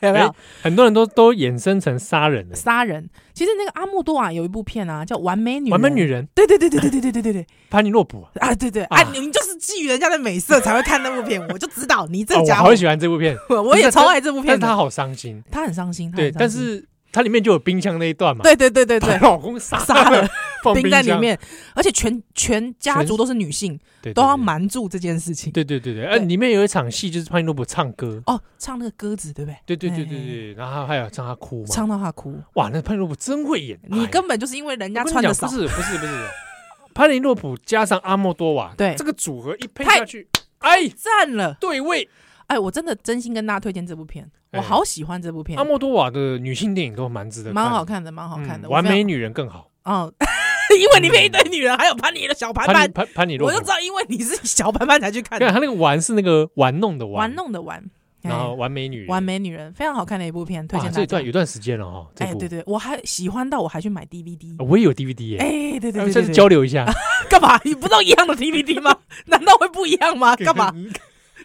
C: 有没有
B: 很多人都都衍生成杀人的，
C: 杀人？其实那个阿莫多瓦有一部片啊，叫《完美女人》。
B: 完美女，人
C: 对对对对对对对对对对，
B: 潘尼洛普啊，
C: 啊，对对
B: 啊
C: 啊，你你就是基于人家的美色才会看那部片，我就知道你这
B: 哦我
C: 家伙
B: 好，喜欢这部片，
C: 我
B: 但是
C: 也
B: 他
C: 超爱这部
B: 但
C: 片
B: 是他
C: 的。
B: 好伤心。
C: 他很伤心，他
B: 对，
C: 很啊伤
B: 但
C: 心
B: 是它里面就有冰箱那一段嘛，
C: 对对对对对
B: 把，老公杀
C: 杀了
B: 放
C: 冰在
B: 箱
C: 里，面，而且全全家族都是女性，
B: 对，对
C: 都要。瞒住这件事情。
B: 对对对对，哎，
C: 对
B: 里面有一场戏就是潘尼洛普唱歌，
C: 哦，唱那个鸽子，对不对？
B: 对对对对
C: 哎哎
B: 对，然后还有唱他哭嘛，
C: 唱到他哭，
B: 哇，那潘尼洛普真会演，
C: 你
B: 哎
C: 根本就是因为人家
B: 我跟你
C: 穿的
B: 讲
C: 少
B: 不，是不是不是， 潘尼洛普加上阿莫多瓦，
C: 对
B: 这个组合一配
C: 太
B: 下去，哎，
C: 赞了！
B: 对位，
C: 哎，我真的真心跟大家推荐这部片，
B: 哎
C: 我好喜欢这部片
B: 阿，莫多瓦的女性电影都蛮值得，
C: 蛮好，看的，蛮好看
B: 嗯
C: 的。我
B: 完
C: 非常
B: 美嗯女人更好，
C: 哦， 因为里面一堆女人，还有潘妮的小潘
B: 潘尼
C: 潘，
B: 潘潘尼洛
C: 我
B: 普
C: 就知，道，因为你是小潘潘才去看的
B: 对，他那个玩是那个玩弄的
C: 玩，弄的玩，哎
B: 然后完美女人，
C: 完美女人非常好看的一部片，推
B: 哇，
C: 荐
B: 这
C: 大
B: 一段
C: 家。
B: 有段时间了哈，这
C: 哎，
B: 部哦呃
C: 对对，我还喜欢到我还去买 DVD。
B: 我也有 DVD 耶、
C: 哎，
B: 咱
C: 对对对
B: 们下次
C: 对，
B: 交流一下，
C: 干嘛？你不都一样的 DVD 吗？ 难道会不一 样吗？ 干嘛？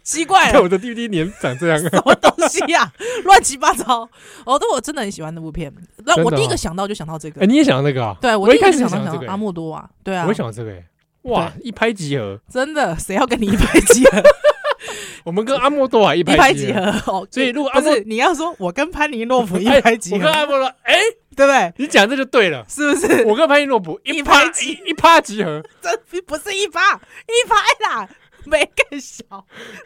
C: 奇怪
B: 看
C: 了，
B: 我的 DVD 年长这 样，
C: 什么东西呀、 乱七八糟。哦，但我真的很喜欢那部片。那
B: 真
C: 我
B: 的
C: 第一
B: 哦
C: 个想到就想到这
B: 哎、
C: 个，
B: 你也想到这个啊？
C: 对
B: 我
C: 第
B: 一
C: 一
B: 开
C: 个
B: 始
C: 想
B: 想
C: 到
B: 到这
C: 想
B: 个、
C: 到阿莫多瓦，对啊
B: 我也，想到这个、哎，哇，一拍即合，
C: 真的，谁要跟你一拍即合？
B: 我们跟阿莫多瓦 一
C: 一拍
B: 拍
C: 即合
B: 合。
C: 哦。
B: 所以如果阿
C: 不
B: 莫，哎
C: 是你要说我跟潘尼洛 普一拍即
B: 我
C: 合
B: 跟，阿莫说，哎、
C: 对不对？
B: 你讲这就对 了。
C: 是不是？
B: 我跟潘一洛普
C: 一
B: 拍
C: 拍即
B: 一一拍即合，
C: 这不是一趴一拍啦，没更小，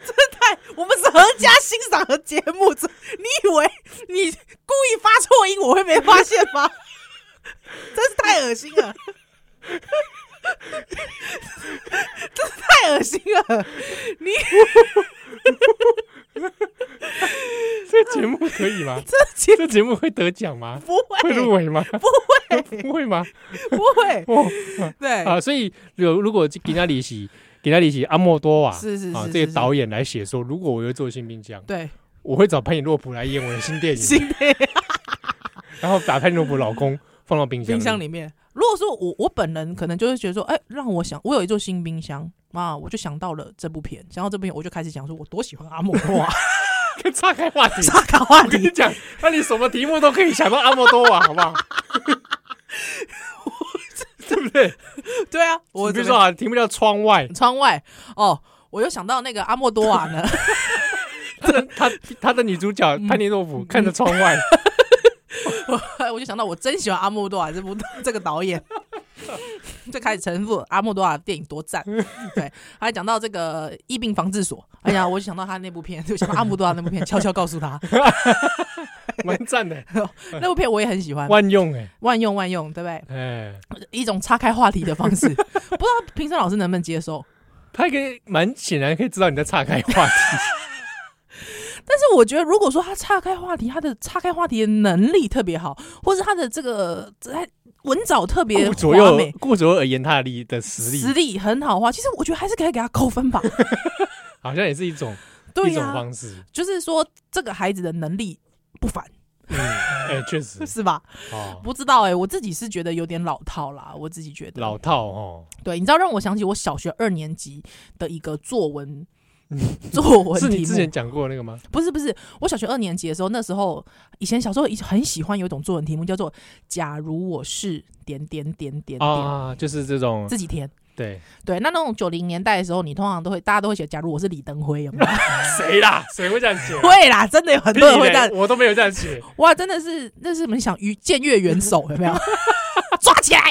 C: 真太我们是合家欣赏的节目，这你以为 你故意发错音我会没发现吗？ 真是太恶心了， 真是太恶心了！你
B: 这节目可以 吗？
C: 这节
B: 这节目会得奖吗？
C: 不会
B: 会入围吗？
C: 不会
B: 不会吗？
C: 不会，
B: 哦
C: 对，
B: 啊，所以如如果给他利息，给他利息阿莫多瓦
C: 是是
B: 啊
C: 是，
B: 这
C: 是
B: 个导演来写说，如果我要做新冰箱，
C: 对，
B: 我会找潘以洛普来演我的新电影，
C: 新的
B: 然后把潘以洛普老公放到冰箱
C: 冰箱。里面。如果说我我本人可能就会觉得说，哎、让我想，我有一座新冰箱啊，我就想到了这部片，想到这部片我就开始讲说，我多喜欢阿 莫多瓦，
B: 岔开话题，
C: 萨卡瓦
B: 我跟
C: 迪
B: 你，讲，那你什么题目都可以想到阿莫多瓦，好不好？对不对？
C: 对啊，我
B: 比如说啊，题目叫窗外，
C: 窗外哦，我又想到那个阿莫多瓦呢，
B: 他的他他的女主角
C: 嗯
B: 潘尼洛普看着窗 外，
C: 我就想到我真喜欢阿莫多瓦这部这个导演，就开始重复阿莫多瓦电影多赞，对，还讲到这个疫病防治所，哎呀，我就想到他那部片，就想到阿莫多瓦那部片，悄悄告诉他，
B: 蛮赞的，
C: 那部片我也很喜欢，
B: 万用哎、
C: 万用万用，对不对？
B: 哎，
C: 一种岔开话题的方 式，不知道评审老师能不能接受。
B: 他可以蛮显然可以知道你在岔开话题，
C: 但是我觉得，如果说他岔开话题，他的岔开话题的能力特别好，或是他的这个在文藻特别
B: 顾左
C: 华
B: 右
C: 美，
B: 顾左右而言他的力的实力，
C: 实力很好的话，其实我觉得还是可以给他扣 分吧。
B: 好像也是一种、
C: 对
B: 一种
C: 呀、
B: 方式。
C: 就是说这个孩子的能力不凡，
B: 嗯，哎，确实
C: 是吧？
B: 哦，
C: 不知道哎、我自己是觉得有点老套啦，我自己觉得
B: 老套哦，
C: 对，你知道让我想起我小学二年级的一个作文。作文
B: 嗯 是
C: 题
B: 你
C: 目
B: 之前讲过那个吗？
C: 不是不是，我小学二年级的时候，那时候以前小时候一很喜欢有一种作文题目叫做“假如我是点点点点点”，
B: 啊，就是这种
C: 自己填。
B: 对
C: 对，那那种九零年代的时候，你通常都会大家都会写“假如我是李登辉”，有 没有？
B: 谁啦？谁会这样写？
C: 会啦，真的有很
B: 屁
C: 多人会
B: 嘞
C: 这样。
B: 我都没有这样 写，
C: 哇，真的是那是什么？你想于僭越元首有没有？抓起来！。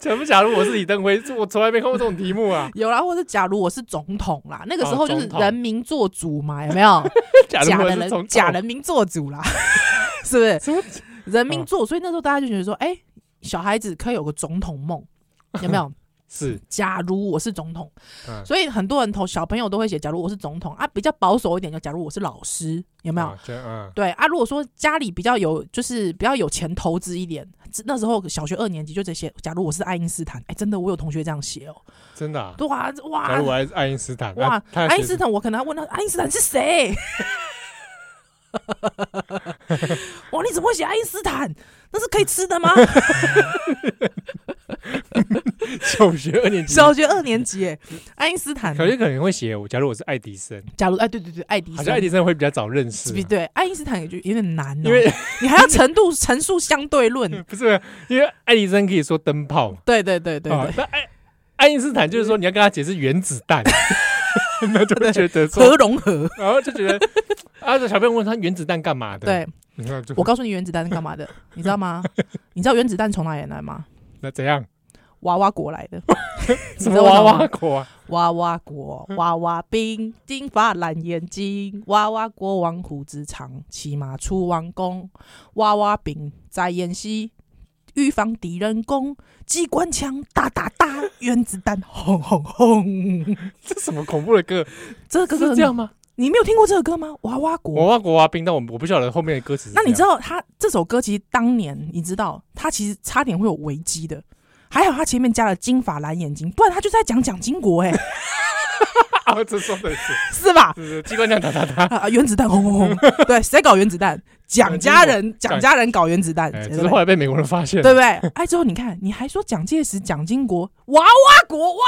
B: 假不假如我是李登辉，我从来没看过这种题目啊
C: 有啦，或者假如我是总统啦，那个时
B: 哦
C: 候就是
B: 总统
C: 人民做主嘛，有没有？
B: 假
C: 假
B: 如我
C: 的
B: 是总
C: 人
B: 统
C: 假人民做主啦， 是不是？
B: 什么？
C: 人
B: 嗯
C: 民做，所以那时候大家就觉得说，哎、小孩子可以有个总 统梦，有没有？
B: 是
C: 假如我是总统，
B: 嗯
C: 所以很多人投小朋友都会写，假如我是总统啊，比较保守一点就假如我是老师，有没有？
B: 啊这嗯
C: 对啊，如果说家里比较有，就是比较有钱投资一点，只那时候小学二年级就这些。假如我是爱因斯坦，哎，真的我有同学这样写哦，
B: 真的啊。
C: 对啊，
B: 假如
C: 哇
B: 我爱爱因斯坦，
C: 哇
B: 啊，他
C: 爱因
B: 写
C: 斯坦，我可能还问他爱因斯坦 是谁？哇，你怎么会写爱因斯坦？那是可以吃的吗？
B: 小学二 年级，
C: 小学二年级，哎， 爱因斯坦，
B: 小嗯学可能会写我。假如我是爱迪生，
C: 假如哎，对对对，爱迪
B: 好
C: 生，
B: 像爱迪生会比较早认识
C: 是
B: 啊
C: 不，是对，爱因斯坦也就有点难哦，
B: 因为
C: 你还要程度陈述相对 论，
B: 不是因为爱迪生可以说灯泡嘛，
C: 对对对对
B: 啊
C: 对，
B: 那爱爱因斯坦就是说你要跟他解释原子 弹，那就会觉得说，
C: 核融合，
B: 然后就觉得啊，这小朋友问他原子弹干嘛的？
C: 对，
B: 你看就
C: 我告诉你原子弹是干嘛的，你知 道吗？你知道原子弹从哪里来吗？
B: 那怎样？
C: 娃娃国来的，你
B: 什
C: 知
B: 么
C: 道为
B: 娃
C: 什么
B: 娃
C: 吗
B: 国啊？
C: 娃娃国，
B: 嗯
C: 娃娃兵，金发蓝眼睛，娃娃国王胡子长，骑马出王宫，娃娃兵在演习，预防敌人攻，机关枪哒哒哒，原子弹 轰轰轰。
B: 这什么恐怖的歌？
C: 这个歌
B: 是这样吗？
C: 你没有听过这个歌吗？娃娃国
B: 娃。娃国娃兵，但我我不晓得后面的歌词是这
C: 那
B: 样。
C: 你知道他这首歌其实当年你知道他其实差点会有危机的，还好他前面加了金发蓝眼睛，不然他就在讲蒋经国哎、
B: 啊？这说的 是
C: 是吧？
B: 是是机关枪打打打，
C: 啊、啊原子弹轰轰 轰，对，谁搞原子弹？蒋家人，
B: 蒋
C: 蒋家人搞原子弹，
B: 哎，只
C: 对不
B: 是
C: 对
B: 后来被美国人发现。
C: 对不对？哎，之后你看，你还说蒋介石、蒋经国、娃娃国哇，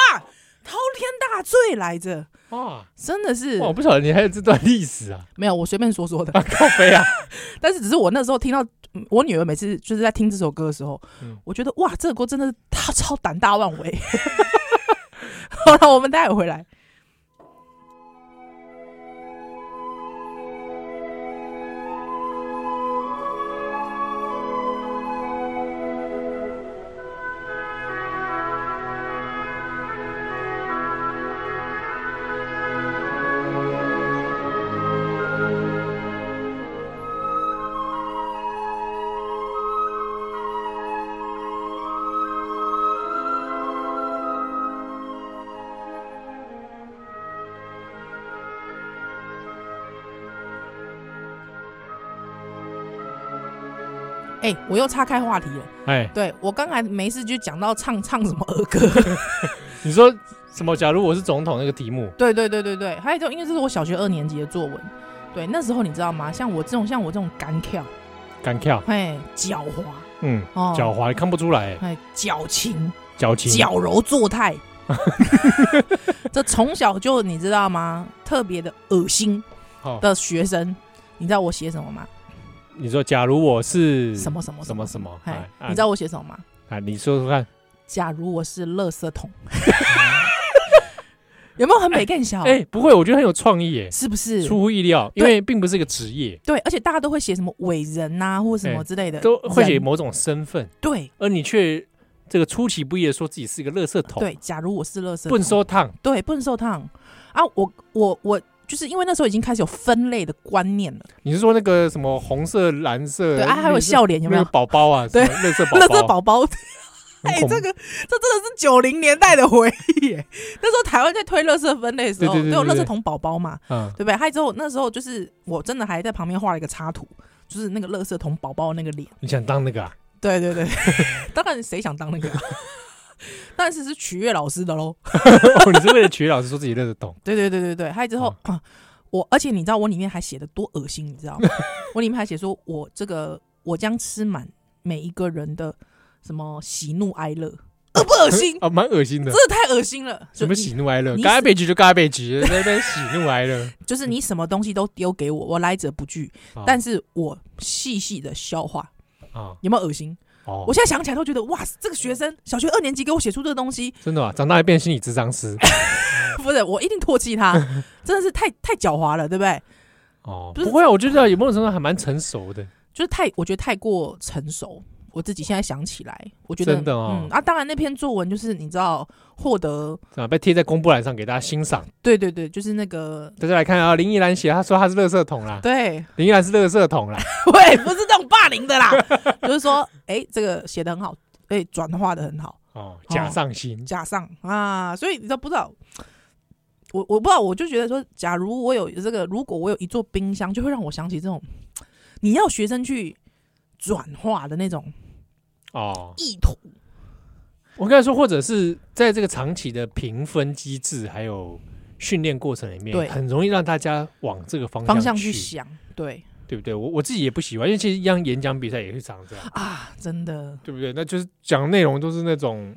C: 滔天大罪来着，
B: 哇，
C: 真的是
B: 哇我不晓得你还有这段历史啊！
C: 没有，我随便说说的。
B: 啊，靠飞啊！
C: 但是只是我那时候听到嗯我女儿每次就是在听这首歌的时候，
B: 嗯
C: 我觉得哇，这个歌真的是大超胆大妄为。 好了，我们待会回来。哎、我又岔开话题了。
B: 哎，
C: 对我刚才没事就讲到唱唱什么儿歌，
B: 你说什么？假如我是总统那个题目，
C: 对对对对对，还有一种，因为这是我小学二年级的作文。对，那时候你知道吗？像我这种像我这种干跳，
B: 敢跳？
C: 嘿，狡猾
B: 嗯，
C: 哦，
B: 狡猾看不出来，
C: 哎，矫情，
B: 矫情。
C: 矫揉作态， 这从小就你知道吗？特别的恶心
B: 好，
C: 的学生，你知道我写什么吗？
B: 你说假如我是
C: 什么什么
B: 什么什么？
C: 哎
B: 哎，，
C: 你知道我写什么吗？
B: 啊？你说说看。
C: 假如我是垃圾桶， 有没有很美更小？
B: 哎，不会，我觉得很有创意耶，
C: 是不哦是？
B: 出乎意料，因
C: 对
B: 为并不是一个职业，
C: 对，而且大家都会写什么伟人呐、啊，或什么之类的，
B: 哎都会写
C: 人
B: 某种身份，
C: 对
B: 而你却这个出其不意的说自己是一个垃圾桶，
C: 对，假如我是乐色，
B: 笨收烫，
C: 对，不能受烫啊！我我我，就是因为那时候已经开始有分类的观念了，
B: 你是说那个什么红色、蓝色，
C: 对啊，还有
B: 绿色
C: 笑脸有没
B: 那
C: 有
B: 个？宝宝啊，
C: 对
B: 什么垃 圾宝
C: 乐
B: 宝，
C: 色宝宝，
B: 很
C: 哎、
B: 恐
C: 这个这真的是九零年代的回忆耶。那时候台湾在推乐色分类的时候，
B: 对对对
C: 都有乐
B: 对
C: 色
B: 对
C: 桶宝宝嘛，
B: 嗯，
C: 对不对？还有之后那时候就是我真的还在旁边画了一个插图，就是那个乐色桶宝宝的那个脸。
B: 你想当那个 啊？
C: 对对对， 当然谁想当那个、啊？ 但是是取悦老师的喽。
B: 哦， 你是为了取悦老师说自己垃圾桶，？
C: 对对对对对，还有之后、啊我，而且你知道我里面还写的多恶心，你知道吗？我里面还写说我这个我将吃满每一个人的什么喜怒哀乐，恶不恶心
B: 啊，蛮恶心的
C: 真。的太恶心了！
B: 什么
C: 就你
B: 喜怒哀乐
C: 你
B: ？garbage 就 garbage，在那边喜怒哀乐。
C: 就是你什么东西都丢给我，我来者不拒，
B: 啊
C: 但是我细细的消化，
B: 啊，
C: 有没有恶心？
B: 哦
C: 我，现在想起来都觉得哇，这个学生小学二年级给我写出这个东西，
B: 真的啊，长大还变心理智商师。
C: 不是我一定唾弃他，真的是太太狡猾了，对不对？
B: 哦，
C: 不是
B: 不会啊，我觉得有某种程度还蛮成熟的。
C: 就是太，我觉得太过成熟。我自己现在想起来，我觉得
B: 真的哦
C: 嗯啊，当然那篇作文就是你知道获得，
B: 啊，被贴在公布栏上给大家欣赏。
C: 对对对，就是那个
B: 大家来看啊，林依兰写，她说她是垃圾桶啦，
C: 对，
B: 林依兰是垃圾桶啦。
C: 喂，不是这种霸凌的 啦，就是说，哎、这个写的很好，哎、转化的很好，
B: 哦，假上心，
C: 加上啊，所以你知道不知道？我我不知道，我就觉得说，假如我有这个，如果我有一座冰箱，就会让我想起这种你要学生去转化的那种
B: 哦，
C: 意图。
B: 我刚才说，或者是在这个长期的评分机制还有训练过程里
C: 对
B: 面，很容易让大家往这个方
C: 方
B: 向
C: 向去想，对
B: 对不对？我我自己也不喜欢，因为其实一样演讲比赛也是常这样，
C: 啊，真的，
B: 对不对？那就是讲内容都是那种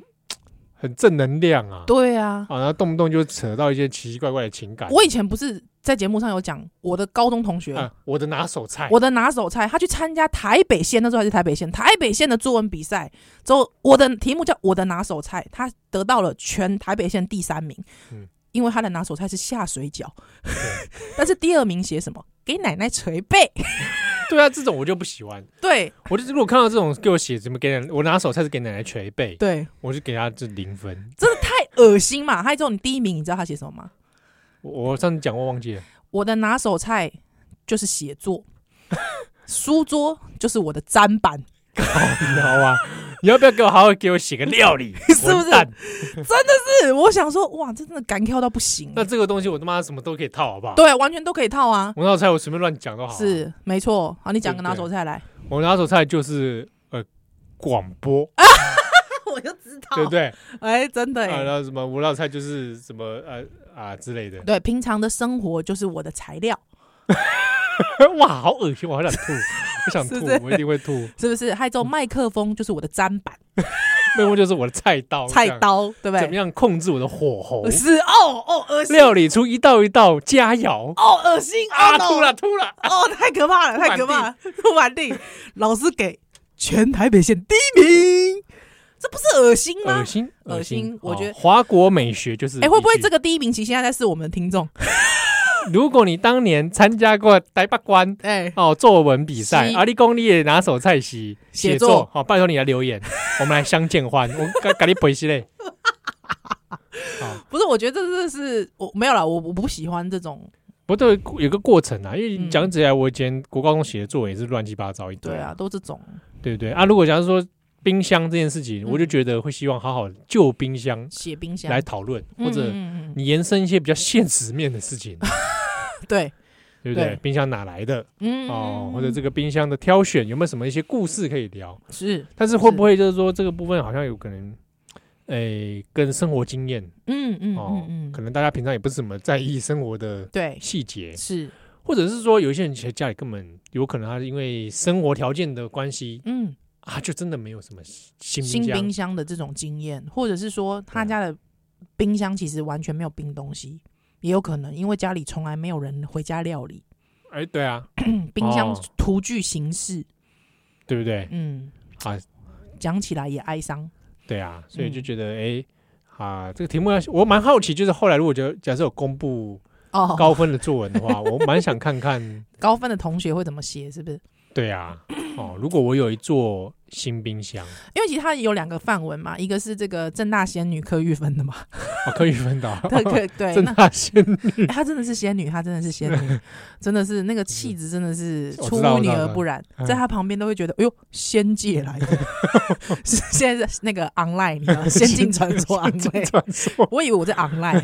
B: 很正能量啊，
C: 对啊。
B: 啊，然后动不动就扯到一些奇奇怪怪的情感。
C: 我以前不是在节目上有讲我的高中同学，
B: 啊，我的拿手菜，
C: 我的拿手菜，他去参加台北县，那时候还是台北县，台北县的作文比赛。之后我的题目叫我的拿手菜，他得到了全台北县第三名。
B: 嗯
C: 因为他的拿手菜是下水饺，但是第二名写什么？给奶奶捶背。
B: 对啊，这种我就不喜欢。
C: 对
B: 我就如果看到这种给我写怎么给奶，我拿手菜是给奶奶捶背，
C: 对，
B: 我就给她这零分。
C: 太恶心嘛！还有之后你第一名，你知道他写什么吗？
B: 我我上次讲过忘记了，
C: 我的拿手菜就是写作，书桌就是我的砧板。
B: 你好啊，你要不要给我好好给我写个料理？
C: 是不是
B: 混蛋
C: 是，我想说，哇，这真的敢跳到不行欸、
B: 那这个东西我他妈什么都可以套，好不好？
C: 对，完全都可以套啊。
B: 我拿手菜我随便乱讲都好、，
C: 是，没错。好，你讲
B: 哦对不
C: 个拿
B: 对
C: 手菜来。
B: 我拿手菜就是呃广播，
C: 哦我就知道
B: 对不对？
C: 哎，真的
B: 啊，
C: 耶。
B: 然后什么我拿手菜就是什么呃啊之类 的。
C: 对，平常的生活就是我的材料，
B: 哇，好恶心，我好想吐，我想
C: 是
B: 吐
C: 不是，
B: 我一定会吐。
C: 是不是？还有
B: 嗯
C: 之后麦克风就是我的砧板、
B: 内幕就是我的菜刀，
C: 菜
B: 这样
C: 刀，对不
B: 怎么
C: 对？
B: 样控制我的火候？
C: 是哦哦，恶心
B: 料理出一道一道佳肴
C: 哦，恶心
B: 啊！
C: 哦，no
B: 吐了吐了，
C: 哦，太可怕 了，
B: 吐满
C: 太可怕了！不完定，老师给全台北县第一名，这不是恶心吗
B: 恶？心
C: 嗯啊恶心我觉得
B: 哦华国美学就是。
C: 哎，会不会这
B: 个？
C: 个第一名其实现在在是我们的听众？
B: 如果你当年参加过台北关
C: 哎，
B: 哦作文比赛，
C: 是
B: 阿力公你也拿手菜是
C: 写
B: 写
C: 作
B: 作，好，拜托你来留言， 我们来相见欢，我赶赶你回去嘞。
C: 不是，我觉得这这是我没有啦，我我不喜欢这种。
B: 不对，有个过程啊，因为
C: 嗯
B: 讲起来，我以前国高中写的作文也是乱七八糟一堆
C: 对啊，，都这种
B: 对不对啊？如果假如说冰箱这件事情，
C: 嗯
B: 我就觉得会希望好好就冰箱
C: 写冰箱
B: 来讨论，或者
C: 嗯嗯嗯嗯
B: 你延伸一些比较现实面的事情，
C: 对，
B: 对不对？
C: 对
B: 冰箱哪来的
C: 嗯
B: 哦，或者这
C: 个
B: 个冰箱的挑选有没有什么一些故事可以聊？
C: 是
B: 但是会不会就是说这个部分好像有可能，诶，跟生活经验
C: 嗯嗯
B: 哦
C: 嗯，
B: 可
C: 嗯，
B: 能大家平常也不是怎么在意生活的
C: 对，
B: 细节，
C: 是，
B: 或者是说有一些人其实家里根本有可能他因为生活条件的关系
C: 嗯，
B: 啊，就真的没有什么新
C: 新
B: 冰箱
C: 冰箱的这种经验，或者是说他家的冰箱其实完全没有冰东西，也有可能因为家里从来没有人回家料理，
B: 哎，对啊，
C: 嗯冰箱
B: 哦
C: 徒具形式，
B: 对不对？
C: 嗯，
B: 啊，
C: 讲起来也哀伤，
B: 对啊，所以就
C: 嗯
B: 觉得哎、啊，这个题目要我蛮好奇，就是后来如果觉得假设有公布
C: 哦，
B: 高分的作文的话，我蛮想看看
C: 高分的同学会怎么写，是不是？
B: 对啊，哦，如果我有一座新冰箱，哦
C: 因为其实它有两个范文嘛，一个是这个正大仙女柯玉芬 的嘛，
B: 哦，可以分到
C: 对对对，
B: 正
C: 那
B: 大仙女，
C: 哎她真的是仙女，她真的是仙女， 真的是那个气质真的是
B: 我
C: 出
B: 知道
C: 污泥
B: 我知道
C: 而不染
B: 嗯，
C: 在她旁边都会觉得，哎呦，仙界来的， 是现在是那个 online，你知道吗，仙境传说 online，
B: 传说
C: 我以为我在 online，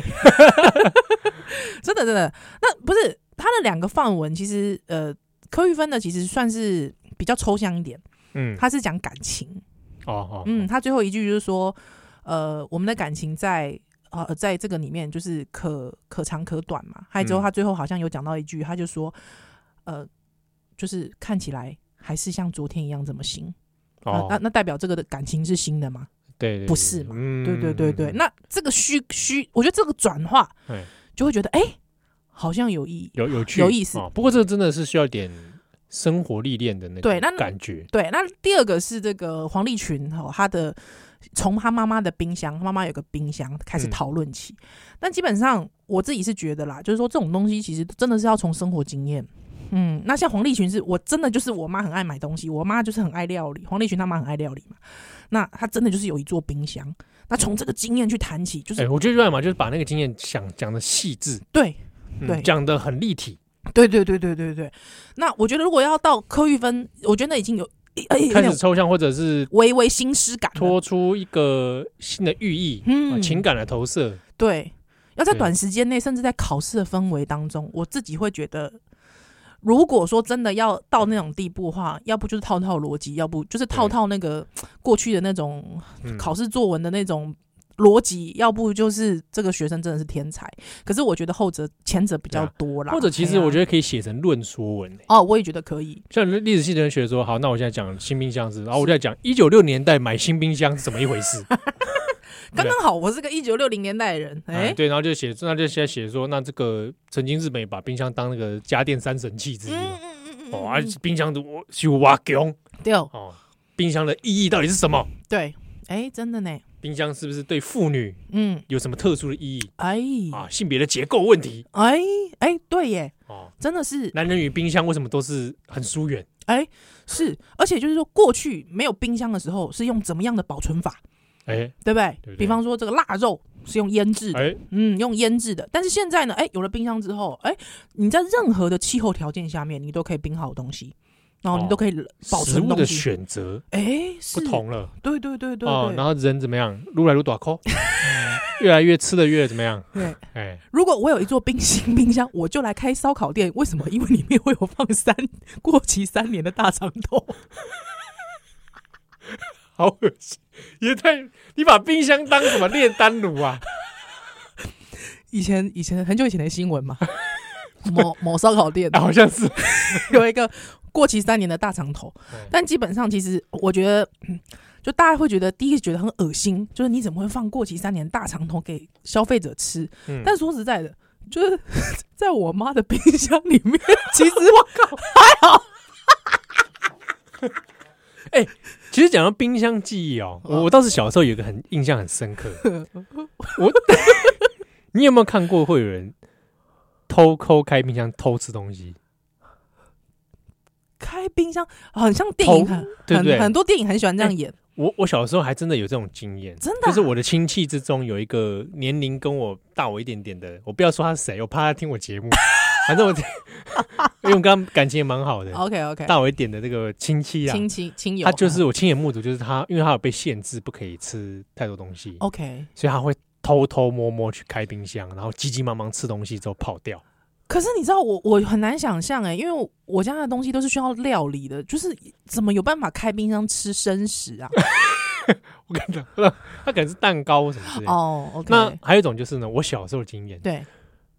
C: 真的真的，那不是他的两个范文，其实呃，柯玉芬的其实算是比较抽象一点，
B: 嗯，
C: 他是讲感情，
B: 哦哦，
C: 嗯，，他最后一句就是说，呃，我们的感情在呃在这个里面就是可可长可短嘛，还有之后
B: 嗯
C: 他最后好像有讲到一句，他就说，呃，就是看起来还是像昨天一样这么新，啊
B: 哦，
C: 那那代表这个的感情是新的吗？
B: 对嗯对，
C: 不是嘛
B: 嘛
C: 对对对对，那这个虚虚，我觉得这个转化
B: 对，
C: 就会觉得哎、好像有意义。
B: 有有趣
C: 有意思
B: 哦。不过这个真的是需要点生活历练的那个
C: 对那
B: 感觉，
C: 对，那第二个是这个黄立群哦，他的从他妈妈的冰箱，妈妈有个冰箱开始
B: 嗯
C: 讨论起。但基本上我自己是觉得啦，就是说这种东西其实真的是要从生活经验。嗯，那像黄立群是我真的就是我妈很爱买东西，我妈就是很爱料理，黄立群他妈很爱料理嘛，那他真的就是有一座冰箱，那从这个经验去谈起，就是、
B: 哎，我觉得瑞嘛，就是把那个经验想讲的细致，
C: 对
B: 嗯
C: 对
B: 讲的很立体，
C: 对对对对对对。那我觉得如果要到柯玉芬，我觉得那已经有哎有
B: 开
C: 点
B: 始抽象或者是
C: 微微心失感了，
B: 拖出一个新的寓意，啊
C: 嗯
B: 情感的投射，
C: 对，要在
B: 对
C: 短时间内，甚至在考试的氛围当中，我自己会觉得，如果说真的要到那种地步的话，要不就是套套逻辑，要不就是套
B: 对
C: 套那个过去的那种
B: 嗯
C: 考试作文的那种逻辑，要不就是这个学生真的是天才。可是我觉得后者前者比较
B: 对啊
C: 多啦，
B: 或者其实我觉
C: 得。
B: 得可以写成论说文，欸
C: 哦，我也觉得可以。
B: 像历史系的人学说，好，那我现在讲新冰箱是，然后啊我就在讲一九六年代买新冰箱是怎么一回事。
C: 刚
B: 啊
C: 刚好，我是个一九六零年代的人，哎、
B: 哎，对，然后就写，那就现在写说，那这个曾经日本也把冰箱当那个家电三神器之一
C: 嗯
B: 嘛。
C: 嗯嗯嗯
B: 哦，啊
C: 嗯，
B: 冰箱的我是挖工
C: 对哦
B: 哦，冰箱的意义到底是什么？
C: 对，哎、真的呢，
B: 冰箱是不是对妇女
C: 嗯，
B: 有什么特殊的意义
C: 哎
B: 啊？性别的结构问题
C: 哎哎，对耶，
B: 哦，
C: 真的是
B: 男人与冰箱为什么都是很疏远？
C: 是，而且就是说，过去没有冰箱的时候是用怎么样的保存法，
B: 哎
C: 对不对？
B: 对不对
C: 比方说这个腊肉是用腌制的，
B: 哎，
C: 嗯，用腌制的。但是现在呢，哎，有了冰箱之后，哎，你在任何的气候条件下面，你都可以冰好东西，然后
B: 哦
C: 你都可以保
B: 食
C: 存
B: 物
C: 东
B: 的
C: 西。
B: 选择
C: 哎，
B: 不
C: 是，
B: 同了。
C: 对对对对
B: 哦，然
C: 对。
B: 后人怎么样？撸来撸短 扣，越来越吃的越怎么样？
C: 对，
B: 哎，
C: 如果我有一座冰心冰箱，我就来开烧烤店。为什么？因为里面会有放三过期三年的大肠头。
B: 好恶心，也太……你把冰箱当什么炼丹炉啊？
C: 以前以前很久以前的新闻嘛，某某烧烤店
B: 啊好像是，
C: 有一个过期三年的大肠头
B: 对，
C: 但基本上其实我觉得，嗯就大家会觉得第一个觉得很恶心，就是你怎么会放过期三年的大肠头给消费者吃？
B: 嗯
C: 但说实在的，就是 在我妈的冰箱里 面，其实我靠还好，
B: 其实讲到冰箱记忆哦，
C: 啊
B: 我我倒是小时候有一个很印象很深刻，我 你有没有看过会有人偷抠开冰箱偷吃东西？
C: 开冰箱很像电影，
B: 头
C: 很
B: 对不对哎
C: 很很多电影很喜欢这样演，
B: 我我小时候还真的有这种经验，
C: 真的啊
B: 就是我的亲戚之中有一个年龄跟我大我一点点的，我不要说他是谁，我怕他听我节目， 反正我因为我跟他感情也蛮好的，
C: OK 哦 OK，
B: 大我一点的这个亲戚啊，
C: 亲戚哦嗯亲友，
B: 他就是我亲眼目睹，就是他因为他有被限制不可以吃太多东西，
C: OK。
B: 所以他会偷偷摸摸去开冰箱，然后急急忙忙吃东西之后跑掉。
C: 可是你知道我我很难想象哎、因为我我家的东西都是需要料理的，就是怎么有办法开冰箱吃生食啊？
B: 我跟他，他可能是蛋糕什么之类的。
C: 哦，OK、o
B: 那
C: k
B: 还有一种就是呢，我小时候的经验，
C: 对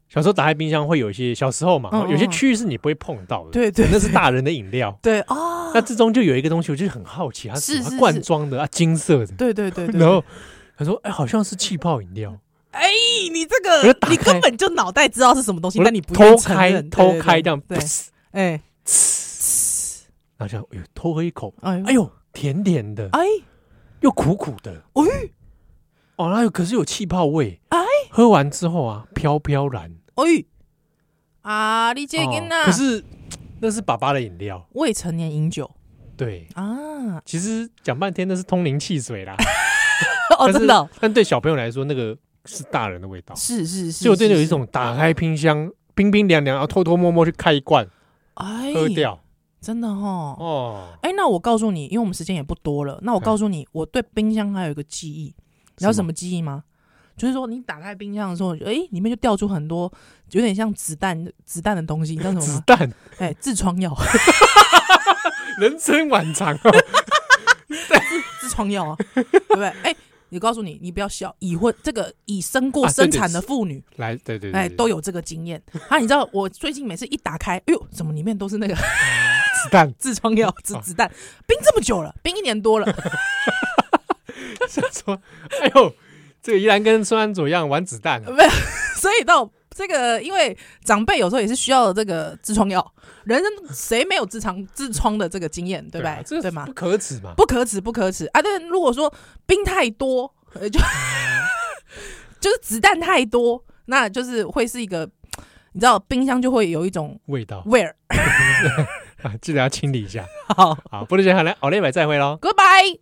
B: 小时候打开冰箱会有一些小时候嘛，
C: 嗯嗯
B: 有些
C: 嗯
B: 区域是你不会碰到的，
C: 对对
B: 那是大人的饮料。
C: 对啊
B: 那，之中就有一个东西，我就很好奇，它
C: 是
B: 什么
C: 是
B: 罐
C: 是
B: 装的啊，金色的，
C: 对对对对。
B: 然后他说，哎，好像是气泡饮料，
C: 哎、你这
B: 我就
C: 个
B: 打
C: 你
B: 开
C: 根本就脑袋知道是什么东西，
B: 我
C: 但
B: 就
C: 你不
B: 偷
C: 愿承
B: 开
C: 认
B: 偷开这样，
C: 对，对对哎
B: 然后就哎呦偷喝一口，
C: 哎
B: 哎呦甜甜的，
C: 哎
B: 又苦苦的，
C: 哎
B: 哦，那有可是有气泡味，
C: 哎
B: 喝完之后啊，飘飘然。
C: 哎啊！你这个
B: 哦
C: 囡仔，
B: 可是那是爸爸的饮料。
C: 未成年饮酒
B: 对，
C: 啊，
B: 其实讲半天那是通灵汽水啦，
C: 哦，
B: 但是
C: 真的哦
B: 但对小朋友来说，那个是大人的味道。
C: 是是是，
B: 所以我真的有
C: 是
B: 一种打开冰箱，冰冰凉凉，然后偷偷摸摸去开一罐
C: 哎，
B: 喝掉。
C: 真的哦。
B: 哦，
C: 哎，那我告诉你，因为我们时间也不多了，那我
B: 嗯
C: 告诉你，我对冰箱还有一个记忆，你知道
B: 是
C: 什
B: 吗
C: 么记忆吗？就是说，你打开冰箱的时候，哎，里面就掉出很多有点像子弹子弹的东西，你知道什么
B: 子
C: 吗？
B: 弹，
C: 哎，痔 疮药，
B: 人生晚长
C: 哎
B: 哦。
C: 痔疮药啊，对不对？哎，你告诉你，你不要笑，已婚这个已生过
B: 啊对
C: 生
B: 对
C: 产的
B: 是
C: 妇女，
B: 来，对对对，
C: 哎，都
B: 有
C: 有这个经验。啊，你知道我最近每次一打开，哎呦，怎么里面都是那个
B: 子弹。
C: 痔疮药、
B: 哦
C: 子子弹？冰这么久了，冰一年多 了，
B: 想说，哎呦，这个依然跟孙安佐一样玩子弹啊、
C: 所以到这个，因为长辈有时候也是需要这个痔疮药。人生谁没有痔疮痔疮的这个经验，对不
B: 啊这
C: 对？对吗
B: 不？可耻嘛。
C: 不可耻，不可耻啊！但是如果说冰太多，呃，就 就是子弹太多，那就是会是一个，你知道，冰箱就会有一种
B: 味道
C: where
B: 啊，记得要清理一下。
C: 好
B: 好，玻璃姐好来，奥利百再会喽。
C: goodbye。